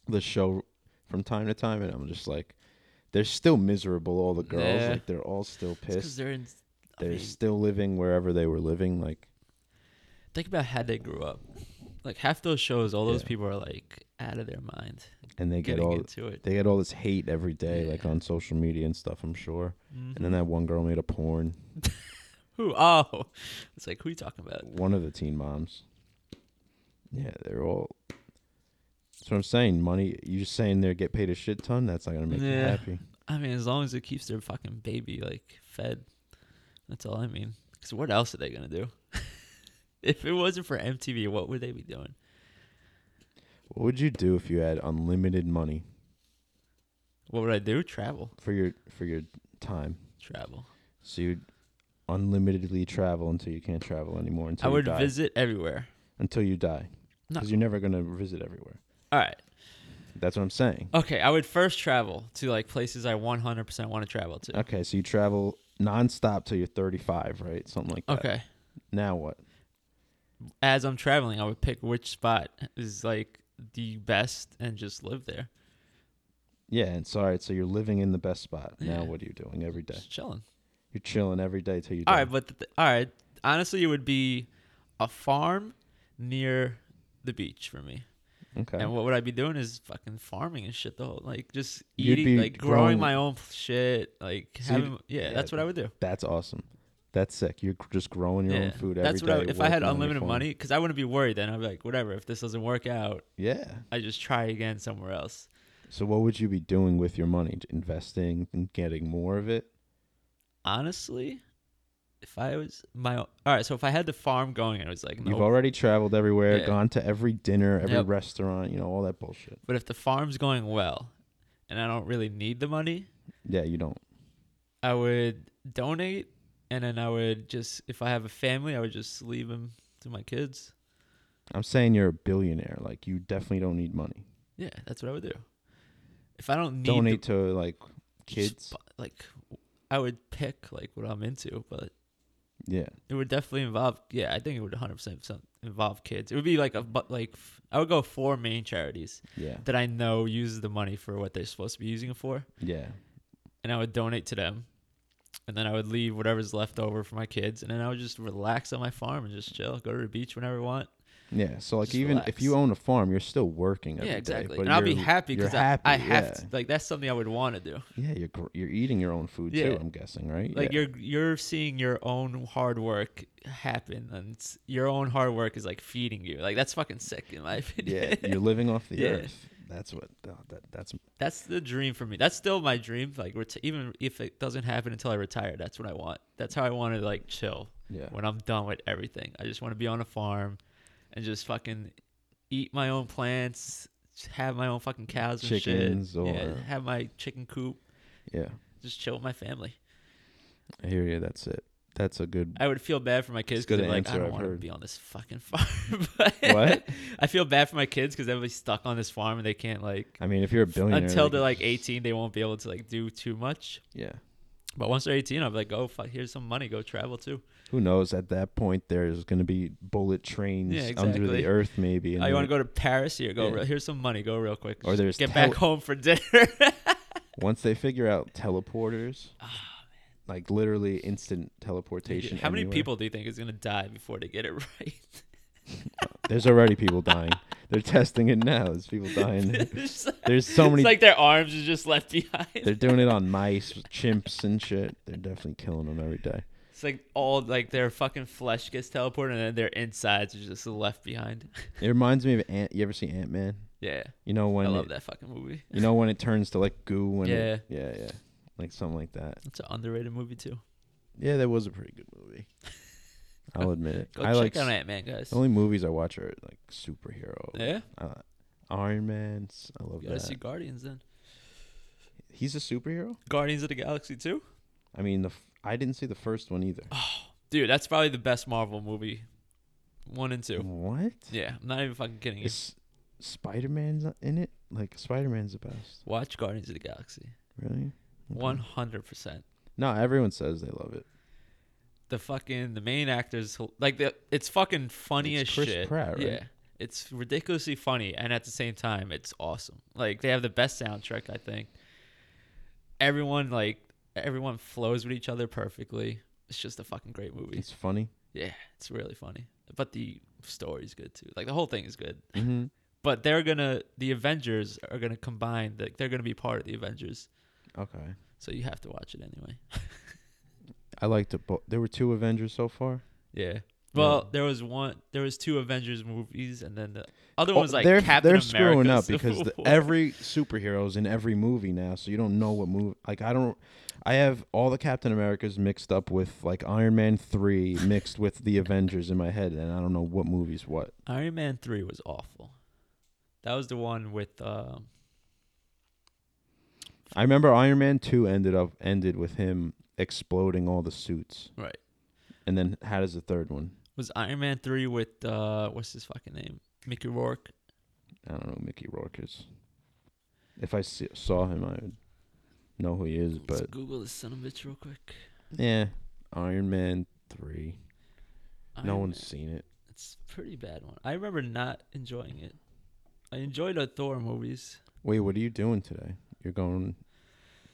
B: the show from time to time, and I'm just like, they're still miserable. All the girls,
A: Yeah.
B: like they're all still
A: Because
B: pissed.
A: they're in. I
B: They're
A: mean,
B: still living wherever they were living. Like,
A: think about how they grew up. Like half those shows, all those
B: Yeah.
A: people are like out of their mind,
B: and they get
A: getting
B: all
A: into it.
B: they get all this hate every day, like
A: Yeah.
B: on social media and stuff. I'm sure. And then that one girl made a porn.
A: Mm-hmm. Who? Oh, it's like who are you talking about?
B: One of the teen moms. Yeah, they're all. That's what I'm saying. Money. You're saying they get paid a shit ton. That's not gonna make you
A: Yeah.
B: happy.
A: I mean, as long as it keeps their fucking baby like fed, that's all I mean. Because what else are they gonna do? if it wasn't for MTV, what would they be doing?
B: What would you do if you had unlimited money
A: What would I do? Travel,
B: for your for your time?
A: travel.
B: So you'd unlimitedly travel until you can't travel anymore.
A: I
B: Until you
A: would
B: die.
A: visit everywhere.
B: until you die,
A: No.
B: because you're never gonna visit everywhere.
A: All right.
B: That's what I'm saying.
A: Okay, I would first travel to like places I 100% want to travel to.
B: Okay, so you travel nonstop till you're 35, right? Something like that.
A: Okay.
B: Now what?
A: As I'm traveling, I would pick which spot is like the best and just live there.
B: Yeah, and so all right, so you're living in the best spot.
A: Yeah.
B: Now what are you doing every day?
A: Just chilling.
B: You're chilling every day till you die.
A: All right, but the th- all right, honestly, it would be a farm near the beach for me.
B: okay.
A: And what would I be doing is fucking farming and shit the whole like just
B: You'd
A: eating,
B: be
A: like growing
B: growing-
A: my own shit, like
B: So you'd-
A: having yeah,
B: yeah,
A: that's what I would do.
B: That's awesome. That's sick. You're just growing your own food every day.
A: that's what I, if I had
B: working on your
A: unlimited
B: farm.
A: money, because I wouldn't be worried. Then I'd be like, whatever. If this doesn't work out,
B: Yeah.
A: I just try again somewhere else.
B: So what would you be doing with your money? Investing and getting more of it?
A: Honestly, if I was my all right, so if I had the farm going, and it was like no.
B: You've already traveled everywhere,
A: Yeah.
B: gone to every dinner, every
A: Yep.
B: restaurant, you know, all that bullshit.
A: but if the farm's going well, and I don't really need the money,
B: Yeah, you don't.
A: I would donate, and then I would just if I have a family, I would just leave them to my kids.
B: I'm saying you're a billionaire. Like you definitely don't need money.
A: Yeah, that's what I would do. If I don't need the-
B: Donate to like
A: just
B: kids.
A: bu- like I would pick like what I'm into, but
B: Yeah.
A: It would definitely involve. Yeah, I think it would 100 percent involve kids. It would be like a but like f- I would go four main charities
B: Yeah.
A: that I know uses the money for what they're supposed to be using it for,
B: Yeah.
A: and I would donate to them, and then I would leave whatever's left over for my kids, and then I would just relax on my farm and just chill, go to the beach whenever I want.
B: Yeah. So like
A: Just
B: even if you
A: relax.
B: own a farm, you're still working every day.
A: yeah, exactly.
B: but
A: And I'll be
B: you're-
A: happy
B: you're
A: because I, I have
B: yeah.
A: to, like that's something I would want to do.
B: Yeah, you're gr- you're eating your own food
A: Yeah.
B: too. I'm guessing, right?
A: Like
B: yeah.
A: you're you're seeing your own hard work happen, and it's- your own hard work is like feeding you. Like that's fucking sick in my opinion.
B: yeah, you're living off the
A: Yeah.
B: earth. That's what oh, that that's
A: That's the dream for me. That's still my dream. Like reti- even if it doesn't happen until I retire, that's what I want. That's how I want to like chill
B: yeah.
A: when I'm done with everything. I just want to be on a farm and just fucking eat my own plants, have my own fucking cows and
B: Chickens
A: shit. yeah,
B: or-
A: have my chicken coop.
B: Yeah.
A: Just chill with my family.
B: I hear you. That's it. That's a good.
A: I would feel bad for my kids
B: It's good
A: because like
B: answer
A: I don't
B: I've
A: want to
B: heard.
A: be on this fucking farm. but
B: What?
A: I feel bad for my kids because they'll be stuck on this farm and they can't like
B: I mean, if you're a billionaire,
A: until
B: they
A: they're like
B: can-
A: 18, they won't be able to like do too much.
B: yeah,
A: But once they're 18, I'm like, go fuck, here's some money, go travel too.
B: Who knows? At that point, there's going to be bullet trains
A: Yeah,
B: under
A: exactly.
B: the earth, maybe.
A: Oh, you want to go to Paris? Here, go.
B: Yeah.
A: Real, here's some money, go real quick.
B: Or
A: Just
B: there's
A: get
B: tele-
A: back home for dinner.
B: Once they figure out teleporters, like literally instant teleportation.
A: Ah, How many
B: anywhere.
A: people do you think is gonna die before they get it right?
B: There's already people dying. They're testing it now. There's people dying.
A: It's
B: There's so many.
A: like their arms are just left behind.
B: they're doing it on mice, chimps, and shit. They're definitely killing them every day.
A: It's like all like their fucking flesh gets teleported and then their insides are just left behind.
B: It reminds me of Ant. You ever see Ant Man?
A: yeah.
B: You know when
A: I
B: it-
A: love that fucking movie.
B: you know when it turns to like goo. When it- yeah, yeah, like something like that.
A: It's an underrated movie too.
B: Yeah, that was a pretty good movie. I'll admit it.
A: Go
B: I
A: check
B: like
A: out
B: s-
A: Ant Man, guys.
B: the only movies I watch are like superhero.
A: Yeah,
B: Uh, Iron Man. s- I love
A: you gotta
B: that.
A: see Guardians then.
B: He's a superhero.
A: Guardians of the Galaxy too,
B: I mean, the f- I didn't see the first one either.
A: dude. That's probably the best Marvel movie, one and two.
B: what?
A: Yeah, I'm not even fucking kidding you.
B: Is Spider Man's in it? Like Spider Man's the best.
A: Watch Guardians of the Galaxy,
B: Really? Okay.
A: one hundred percent.
B: No, everyone says they love it.
A: The fucking the main actors like the it's fucking funny
B: It's
A: as
B: Chris
A: shit.
B: Pratt, right?
A: Yeah, it's ridiculously funny, and at the same time, it's awesome. Like they have the best soundtrack, I think. Everyone like everyone flows with each other perfectly. It's just a fucking great movie.
B: It's funny.
A: Yeah, it's really funny. But the story's good too. Like the whole thing is good.
B: Mm-hmm.
A: But they're gonna the Avengers are gonna combine. Like they're gonna be part of the Avengers.
B: Okay.
A: So you have to watch it anyway.
B: I liked it. Bo- there were two Avengers so far.
A: Yeah. Well, there was one. There was two Avengers movies, and then the other one was like
B: Oh, they're
A: Captain
B: they're
A: America.
B: screwing up
A: Civil
B: because the,
A: War.
B: every superhero's in every movie now, so you don't know what movie. Like I don't. I have all the Captain Americas mixed up with like Iron Man three mixed with the Avengers in my head, and I don't know what movies what.
A: Iron Man three was awful. That was the one with um,
B: I remember Iron Man two ended up ended with him exploding all the suits,
A: right.
B: and then how does the third one?
A: Was Iron Man three with uh, what's his fucking name? Mickey Rourke.
B: I don't know who Mickey Rourke is. If I see, saw him, I would know who he is.
A: Let's
B: But
A: Google this son of a bitch real quick.
B: yeah, Iron Man three. no
A: Iron
B: one's
A: Man.
B: seen it.
A: It's a pretty bad one. I remember not enjoying it. I enjoyed the Thor movies.
B: Wait, what are you doing today? You're going.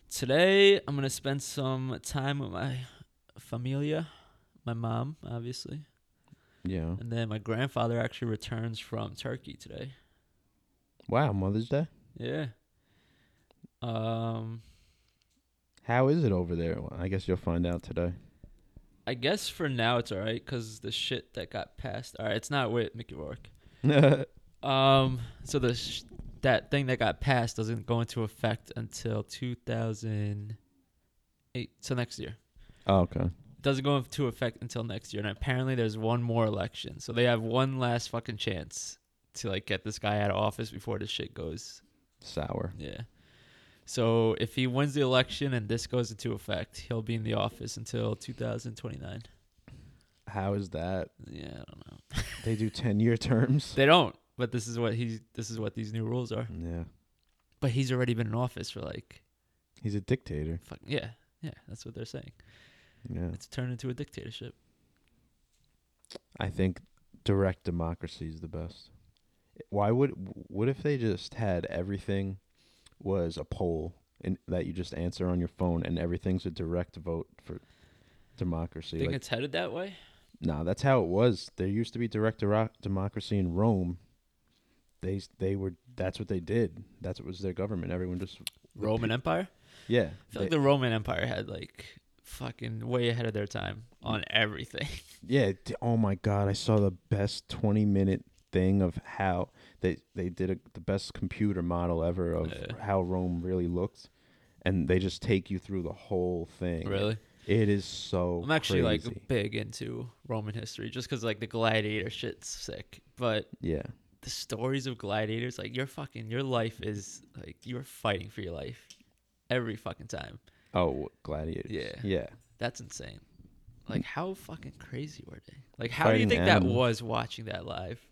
A: Today I'm gonna spend some time with my familia, my mom, obviously.
B: Yeah.
A: And then my grandfather actually returns from Turkey today.
B: Wow, Mother's Day.
A: Yeah. Um
B: How is it over there? Well, I guess you'll find out today.
A: I guess for now it's alright because the shit that got passed. All right, it's not with Mickey Rourke. Um, so the sh- that thing that got passed doesn't go into effect until 2008, so next year.
B: oh, okay.
A: doesn't go into effect until next year, and apparently there's one more election, so they have one last fucking chance to like get this guy out of office before this shit goes.
B: Sour.
A: Yeah. So if he wins the election and this goes into effect, he'll be in the office until 2029.
B: How is that?
A: Yeah, I don't know.
B: They do ten-year terms.
A: They don't, but this is what he's. This is what these new rules are.
B: yeah.
A: But he's already been in office for like,
B: He's a dictator.
A: fuck yeah, yeah. That's what they're saying.
B: Yeah.
A: It's turned into a dictatorship.
B: I think direct democracy is the best. Why would what if they just had everything was a poll and that you just answer on your phone and everything's a direct vote for democracy?
A: Think
B: Like,
A: it's headed that way.
B: nah, that's how it was. There used to be direct dero- democracy in Rome. They s- they were that's what they did. That's what was their government. Everyone just
A: Roman Empire.
B: yeah.
A: I feel like
B: they-
A: the Roman Empire had like fucking way ahead of their time on everything.
B: Yeah. d- Oh my God! I saw the best twenty minute thing of how they they did a, the best computer model ever of
A: Yeah.
B: how Rome really looked, and they just take you through the whole thing. It is so.
A: I'm actually
B: crazy.
A: like big into Roman history just cuz like the gladiator shit's sick. But
B: yeah.
A: the stories of gladiators like your fucking your life is like you're fighting for your life every fucking time.
B: Oh, gladiators.
A: Yeah.
B: Yeah.
A: That's insane. Like how fucking crazy were they? Like how do you
B: Fighting
A: think that
B: animals.
A: was watching that live?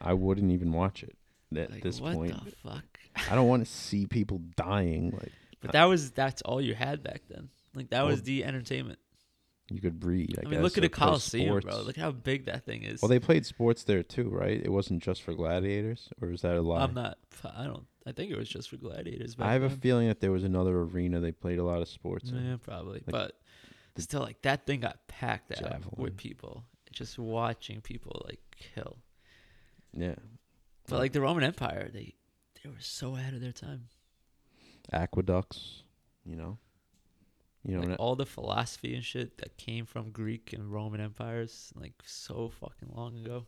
B: I wouldn't even watch it at
A: Like
B: this
A: what
B: point.
A: the fuck?
B: I don't want to see people dying. Like
A: But that was that's all you had back then. Like that
B: Well,
A: was the entertainment.
B: You could breed. I,
A: I,
B: guess,
A: mean, look at
B: or
A: the
B: play
A: Coliseum, bro.
B: sports.
A: Look how big that thing is.
B: Well, they played sports there too, right? It wasn't just for gladiators, or is that a lie?
A: I'm not. I don't. I think it was just for gladiators. Back
B: I have a
A: then.
B: feeling that there was another arena they played a lot of sports in.
A: Yeah, probably. but still, like that thing got packed out
B: Javelin.
A: with people. Just watching people like kill.
B: Yeah.
A: But like the Roman Empire, they they were so ahead of their time.
B: Aqueducts, you know. You know,
A: Like
B: and
A: all the philosophy and shit that came from Greek and Roman empires, like so fucking long ago.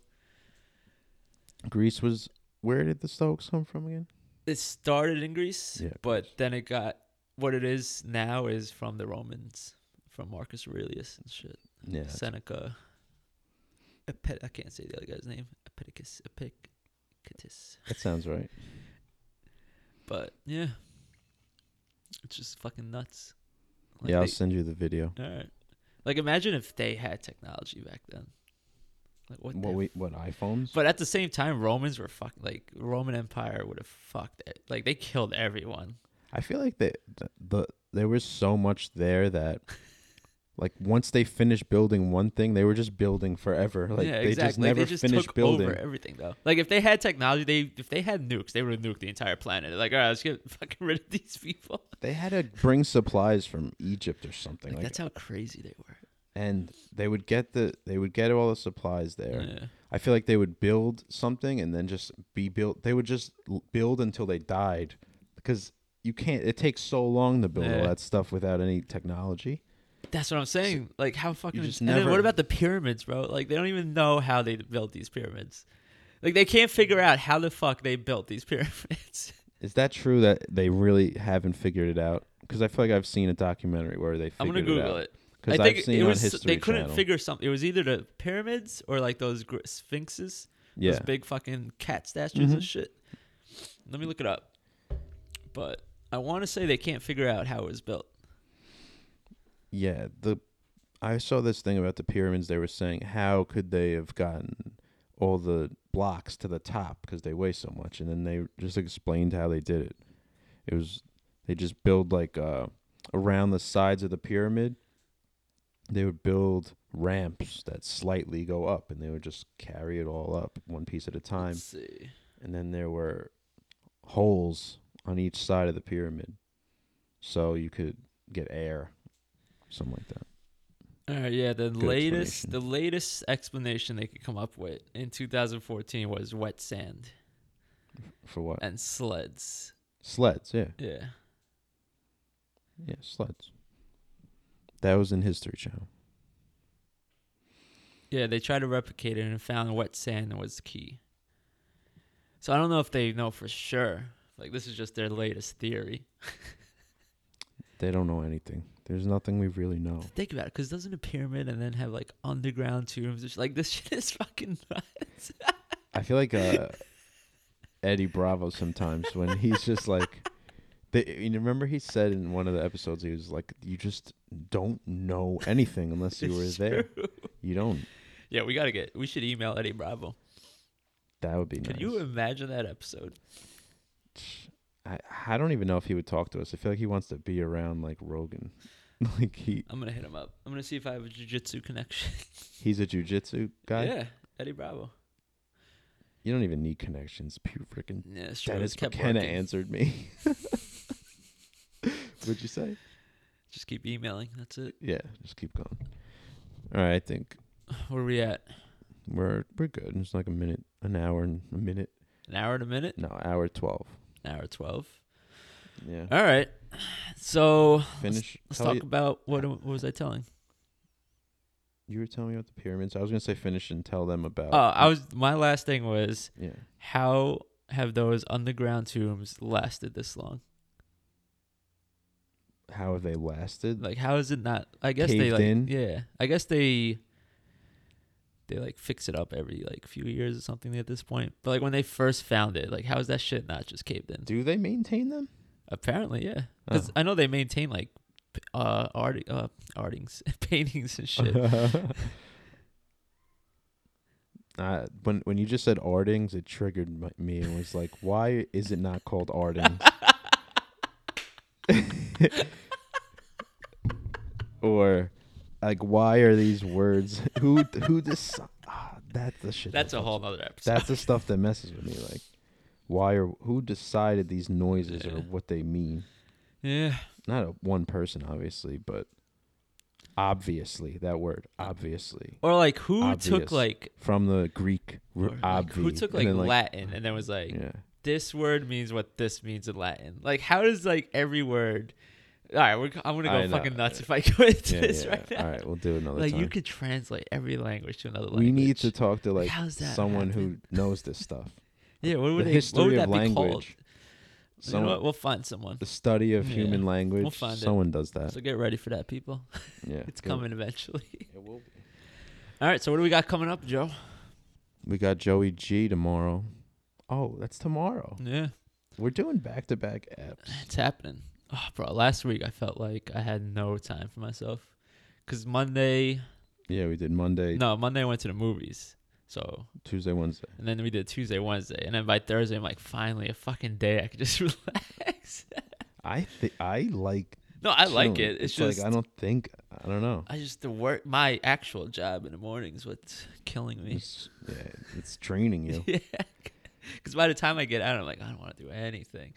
B: Greece was where did the Stoics come from again?
A: It started in Greece,
B: Yeah,
A: but then it got what it is now is from the Romans, from Marcus Aurelius and shit.
B: Yeah.
A: Seneca. Epit- I can't say the other guy's name. Epictetus. Epictetus.
B: That sounds right.
A: But yeah, it's just fucking nuts. Like,
B: yeah, I'll
A: they-
B: send you the video.
A: all right. Like imagine if they had technology back then. Like what?
B: What
A: the
B: we what iPhones?
A: But at the same time, Romans were fuck like Roman Empire would have fucked it. Like they killed everyone.
B: I feel like the, the the there was so much there that like once they finished building one thing, they were just building forever. Like
A: yeah,
B: they
A: exactly.
B: just never
A: they just
B: finished
A: took
B: building.
A: over everything though. Like if they had technology, they if they had nukes, they would have nuked the entire planet. They're like, all right, let's get fucking rid of these people.
B: They had to bring supplies from Egypt or something.
A: Like,
B: Like,
A: that's how crazy they were.
B: and they would get the they would get all the supplies there.
A: Yeah.
B: I feel like they would build something and then just be built. They would just l- build until they died because you can't. It takes so long to build all
A: Yeah.
B: that stuff without any technology.
A: That's what I'm saying. Like how fucking.
B: just
A: and then
B: never-
A: what about the pyramids, bro? Like they don't even know how they built these pyramids. Like they can't figure out how the fuck they built these pyramids.
B: Is that true that they really haven't figured it out? Because I feel like I've seen a documentary where they. Figured
A: I'm gonna Google
B: out.
A: it.
B: 'Cause
A: I
B: I've
A: think
B: seen
A: it
B: on
A: was
B: History
A: they couldn't
B: Channel.
A: figure something. It was either the pyramids or like those gr- sphinxes,
B: Yeah. Mm-hmm.
A: those big fucking cat statues and shit. Let me look it up. But I want to say they can't figure out how it was built.
B: Yeah, the I saw this thing about the pyramids. They were saying how could they have gotten all the blocks to the top because they weigh so much, and then they just explained how they did it. It was they just build like uh, around the sides of the pyramid. They would build ramps that slightly go up, and they would just carry it all up one piece at a time.
A: Let's see.
B: And then there were holes on each side of the pyramid, so you could get air, something like that.
A: All right, yeah, the latest
B: explanation.
A: the latest explanation they could come up with in 2014 was wet sand
B: For what?
A: and sleds.
B: sleds, yeah.
A: Yeah.
B: Yeah, sleds. That was in History Channel.
A: Yeah, they tried to replicate it and found wet sand was the key. So I don't know if they know for sure. Like this is just their latest theory.
B: They don't know anything. There's nothing we really know.
A: Think about it, because doesn't a pyramid and then have like underground tombs? It's Like this shit is fucking nuts.
B: I feel like uh, Eddie Bravo sometimes when he's just like, they, you remember he said in one of the episodes he was like, "You just don't know anything unless you were
A: It's
B: there. You don't."
A: yeah, we gotta get. We should email Eddie Bravo.
B: That would be
A: Can
B: nice.
A: you imagine that episode?
B: I I don't even know if he would talk to us. I feel like he wants to be around like Rogan. like he
A: I'm gonna hit him up. I'm gonna see if I have a jujitsu connection.
B: he's a jujitsu guy.
A: yeah, Eddie Bravo.
B: You don't even need connections. Pew freaking
A: Yeah, it's true.
B: Dennis
A: Just kept
B: McKenna
A: working.
B: answered me. What'd you say?
A: Just keep emailing. That's it.
B: Yeah, just keep going. All right, I think
A: Where we at?
B: we're we're good. It's like a minute, an hour, and a minute.
A: An hour and a minute.
B: No, hour twelve.
A: An hour twelve.
B: Yeah,
A: All right. So
B: finish.
A: let's
B: tell
A: talk
B: you,
A: about what, what was I telling?
B: you were telling me about the pyramids. I was gonna say finish and tell them about.
A: Oh, I was. My last thing was
B: yeah.
A: how have those underground tombs lasted this long?
B: How have they lasted?
A: Like, how is it not? I guess they
B: Caved
A: like.
B: in?
A: Yeah, I guess they. They like fix it up every like few years or something at this point. But like when they first found it, like how is that shit not just caved in?
B: Do they maintain them?
A: Apparently, yeah. Because
B: Oh.
A: I know they maintain like p- uh art uh artings, paintings and shit.
B: Uh, when when you just said Ardings, it triggered my, me and was like, why is it not called Ardings? or like why are these words? who who this? Ah, that's the shit.
A: That's
B: that
A: a
B: fucks
A: whole nother episode.
B: That's the stuff that messes with me. Like, why or who decided these noises or
A: Yeah.
B: what they mean?
A: yeah.
B: Not a, one person, obviously, but obviously that word obviously
A: Or like who
B: Obvious.
A: took like,
B: from the Greek
A: or,
B: r-
A: like, who
B: obvi,
A: took
B: and
A: like,
B: then,
A: Latin and then was like
B: Yeah,
A: this word means what this means in Latin. Like how does like every word? All right, we're, I'm gonna go
B: I know.
A: fucking nuts if I go into
B: yeah,
A: this
B: yeah.
A: right now.
B: All right, we'll do it another
A: like
B: time.
A: you could translate every language to another language.
B: we need to talk to like
A: How's that
B: someone who knows this stuff.
A: yeah. What
B: the
A: would, they,
B: history
A: what would
B: of
A: that be called?
B: language.
A: You know
B: Someone-
A: what? We'll find someone.
B: the study of
A: Yeah.
B: human language.
A: find it.
B: someone does that.
A: So get ready for that, people.
B: yeah,
A: It's
B: good.
A: coming eventually. All right, so what do we got coming up, Joe?
B: We got Joey G tomorrow. Oh, that's tomorrow.
A: Yeah,
B: We're doing back to back apps.
A: it's happening. Oh, bro, last week I felt like I had no time for myself because Monday,
B: Yeah, we did Monday,
A: no, Monday I went to the movies. So
B: Tuesday, Wednesday.
A: and then we did Tuesday, Wednesday, and then by Thursday I'm like, finally a fucking day I could just relax.
B: I think I like.
A: no, I like
B: chilling.
A: it. It's, just
B: like I don't think I don't know.
A: I just the work my actual job in the mornings what's killing me.
B: It's, yeah, it's draining you.
A: Yeah. Because by the time I get out, I'm like, I don't want to do anything.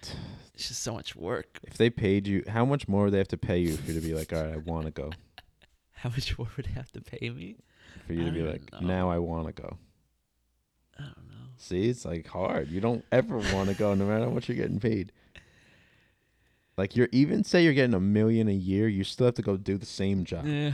A: It's just so much work.
B: if they paid you, how much more would they have to pay you for you to be like, all right, I want to go?
A: How much more would they have to pay me?
B: For you
A: I
B: to be
A: don't
B: like,
A: know.
B: now I want to go.
A: I don't know.
B: See, it's like hard. You don't ever want to go, no matter what you're getting paid. Like you're even say you're getting a million a year, you still have to go do the same job.
A: Yeah.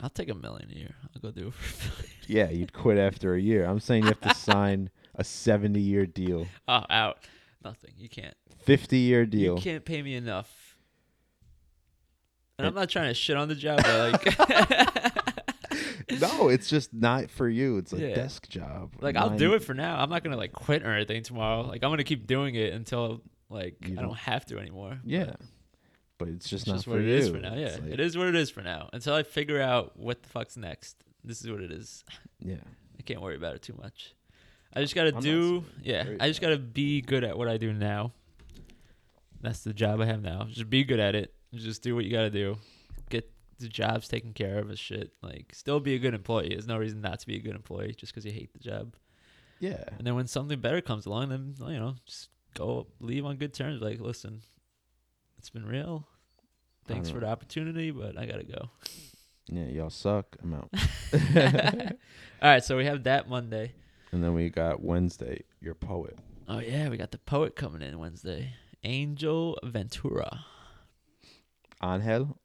A: I'll take a million a year. I'll go do it for a million.
B: Yeah, you'd quit after a year. I'm saying you have to sign a 70 year deal,
A: Oh, out. Nothing. You can't.
B: 50 year
A: You
B: deal.
A: can't pay me enough. And
B: It-
A: I'm not trying to shit on the job, but like,
B: No, it's just not for you. It's a
A: Yeah.
B: desk job.
A: like I'll do it for now. I'm not gonna like quit or anything tomorrow. Like I'm gonna keep doing it until like
B: You
A: I
B: don't-
A: don't have to anymore.
B: Yeah, but it's just
A: It's
B: not
A: just
B: for
A: what it
B: you.
A: is for now. Yeah,
B: It's like-
A: it is what it is for now. Until I figure out what the fuck's next, this is what it is.
B: Yeah.
A: I can't worry about it too much. I just gotta
B: not
A: do.
B: saying
A: Yeah,
B: worry
A: I just
B: about
A: gotta be good at what I do now. That's the job I have now. Just be good at it. Just do what you gotta do. Get the jobs taken care of and shit. Like, still be a good employee. There's no reason not to be a good employee just because you hate the job.
B: Yeah.
A: And then when something better comes along, then you know, just go leave on good terms. Like, listen, it's been real.
B: I
A: Thanks
B: don't
A: for
B: know.
A: the opportunity, but I gotta go.
B: Yeah, y'all suck. I'm out.
A: All right, so we have that Monday.
B: and then we got Wednesday, your poet.
A: Oh yeah, we got the poet coming in Wednesday. Angel Ventura
B: Angel.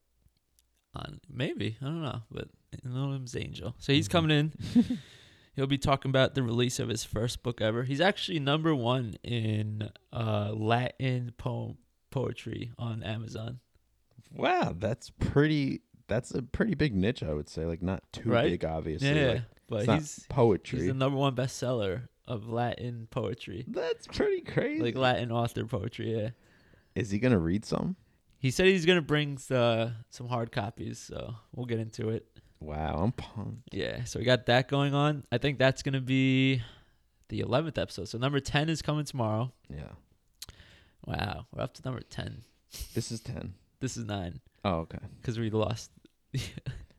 A: on maybe I don't know, but I know him's Angel. So he's coming in. He'll be talking about the release of his first book ever. He's actually number one in uh, Latin poem poetry on Amazon.
B: Wow, that's pretty. That's a pretty big niche, I would say. Like not too
A: Right?
B: big, obviously.
A: Yeah,
B: Like,
A: but
B: it's not
A: he's
B: poetry.
A: he's the number one bestseller of Latin poetry,
B: that's pretty crazy.
A: like Latin author poetry. Yeah,
B: Is he gonna read some?
A: he said he's gonna bring uh, some hard copies, so we'll get into it.
B: Wow, I'm pumped.
A: Yeah, so we got that going on. I think that's going to be the 11th episode. So number 10 is coming tomorrow.
B: Yeah,
A: Wow, we're up to number 10.
B: this is ten.
A: This is 9
B: Oh, okay.
A: because we lost.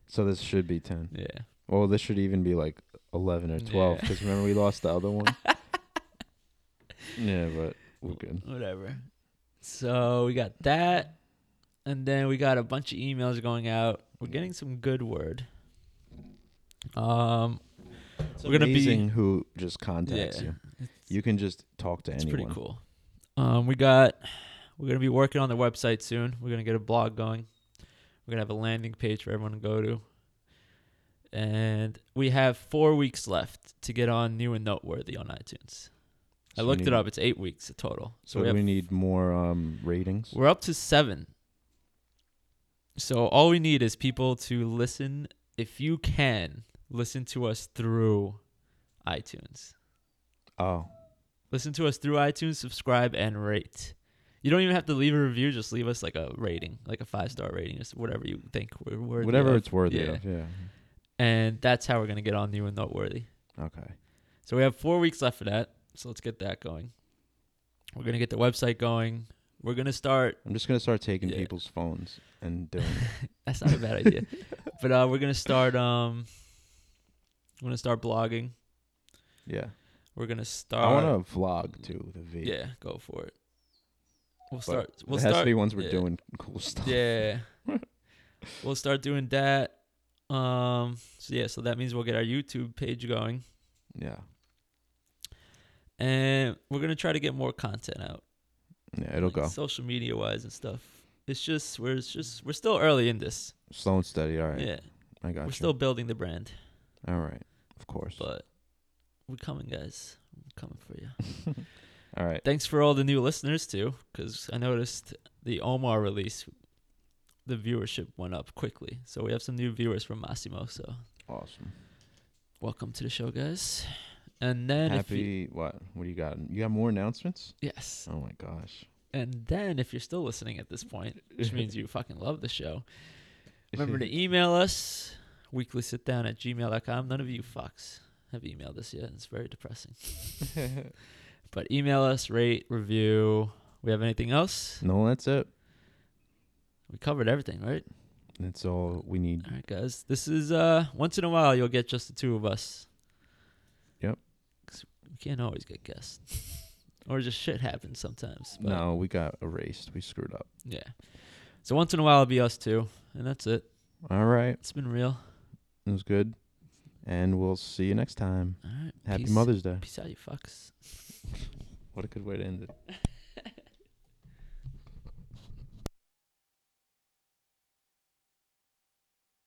B: So this should be ten.
A: Yeah.
B: Well, this should even be like eleven or twelve.
A: Yeah.
B: Because remember we lost the other one. yeah, but we're good.
A: Whatever. So we got that. And then we got a bunch of emails going out. We're getting some good word. Um, we're going to
B: Amazing
A: be.
B: who just contacts
A: Yeah.
B: you. You can just talk to
A: It's
B: anyone.
A: pretty cool. Um, we got we're gonna be working on the website soon. We're gonna get a blog going. We're gonna have a landing page for everyone to go to. And we have four weeks left to get on new and noteworthy on iTunes. I
B: So we
A: looked
B: need-
A: it up. It's eight weeks total. So,
B: So
A: we
B: do
A: have,
B: we need more um, ratings.
A: we're up to seven. So all we need is people to listen. If you can listen to us through iTunes,
B: Oh,
A: Listen to us through iTunes, subscribe, and rate. You don't even have to leave a review. Just leave us like a rating, like a five star rating, just whatever you think we're worthy.
B: whatever
A: of.
B: it's worthy
A: Yeah.
B: of. Yeah.
A: And that's how we're gonna get on new and noteworthy.
B: Okay.
A: So we have four weeks left for that. So let's get that going. We're gonna get the website going. We're gonna start.
B: I'm just gonna start taking
A: Yeah.
B: people's phones and doing. it.
A: That's not a bad idea, but uh, we're gonna start. Um, we're gonna start blogging.
B: Yeah,
A: We're gonna start.
B: I want to vlog too. The V.
A: Yeah, go for it. We'll
B: But
A: start. We'll
B: it has
A: start.
B: to be ones we're
A: yeah.
B: doing cool stuff.
A: Yeah. we'll start doing that. Um. So yeah. So that means we'll get our YouTube page going,
B: yeah,
A: and we're gonna try to get more content out.
B: yeah. It'll
A: like,
B: go
A: Social media wise and stuff. It's just we're it's just we're still early in this.
B: slow and steady. All right.
A: Yeah.
B: I got
A: We're
B: you.
A: still building the brand,
B: All right. Of course.
A: but we're coming, guys. We're coming for you.
B: All right.
A: Thanks for all the new listeners too, because I noticed the Omar release, the viewership went up quickly. So we have some new viewers from Massimo. So
B: Awesome.
A: welcome to the show, guys. And then if you-
B: Happy. what? What do you got? You got more announcements?
A: yes,
B: Oh my gosh.
A: and then if you're still listening at this point, which means you fucking love the show. Remember to email us weekly sit down at gmail.com. None of you fucks have emailed us yet. It's very depressing. but email us, rate, review. We have anything else?
B: no, that's it.
A: We covered everything, right?
B: That's all we need.
A: All right, guys. This is uh once in a while you'll get just the two of us.
B: Yep.
A: 'Cause we can't always get guests, or just shit happens sometimes. but-
B: No, we got erased. We screwed up.
A: Yeah. So once in a while it'll be us two, and that's it.
B: All right.
A: It's been real.
B: It was good. And we'll see you next time.
A: All right.
B: Happy
A: peace.
B: Mother's Day.
A: Peace out, you fucks.
B: What a good way to end it.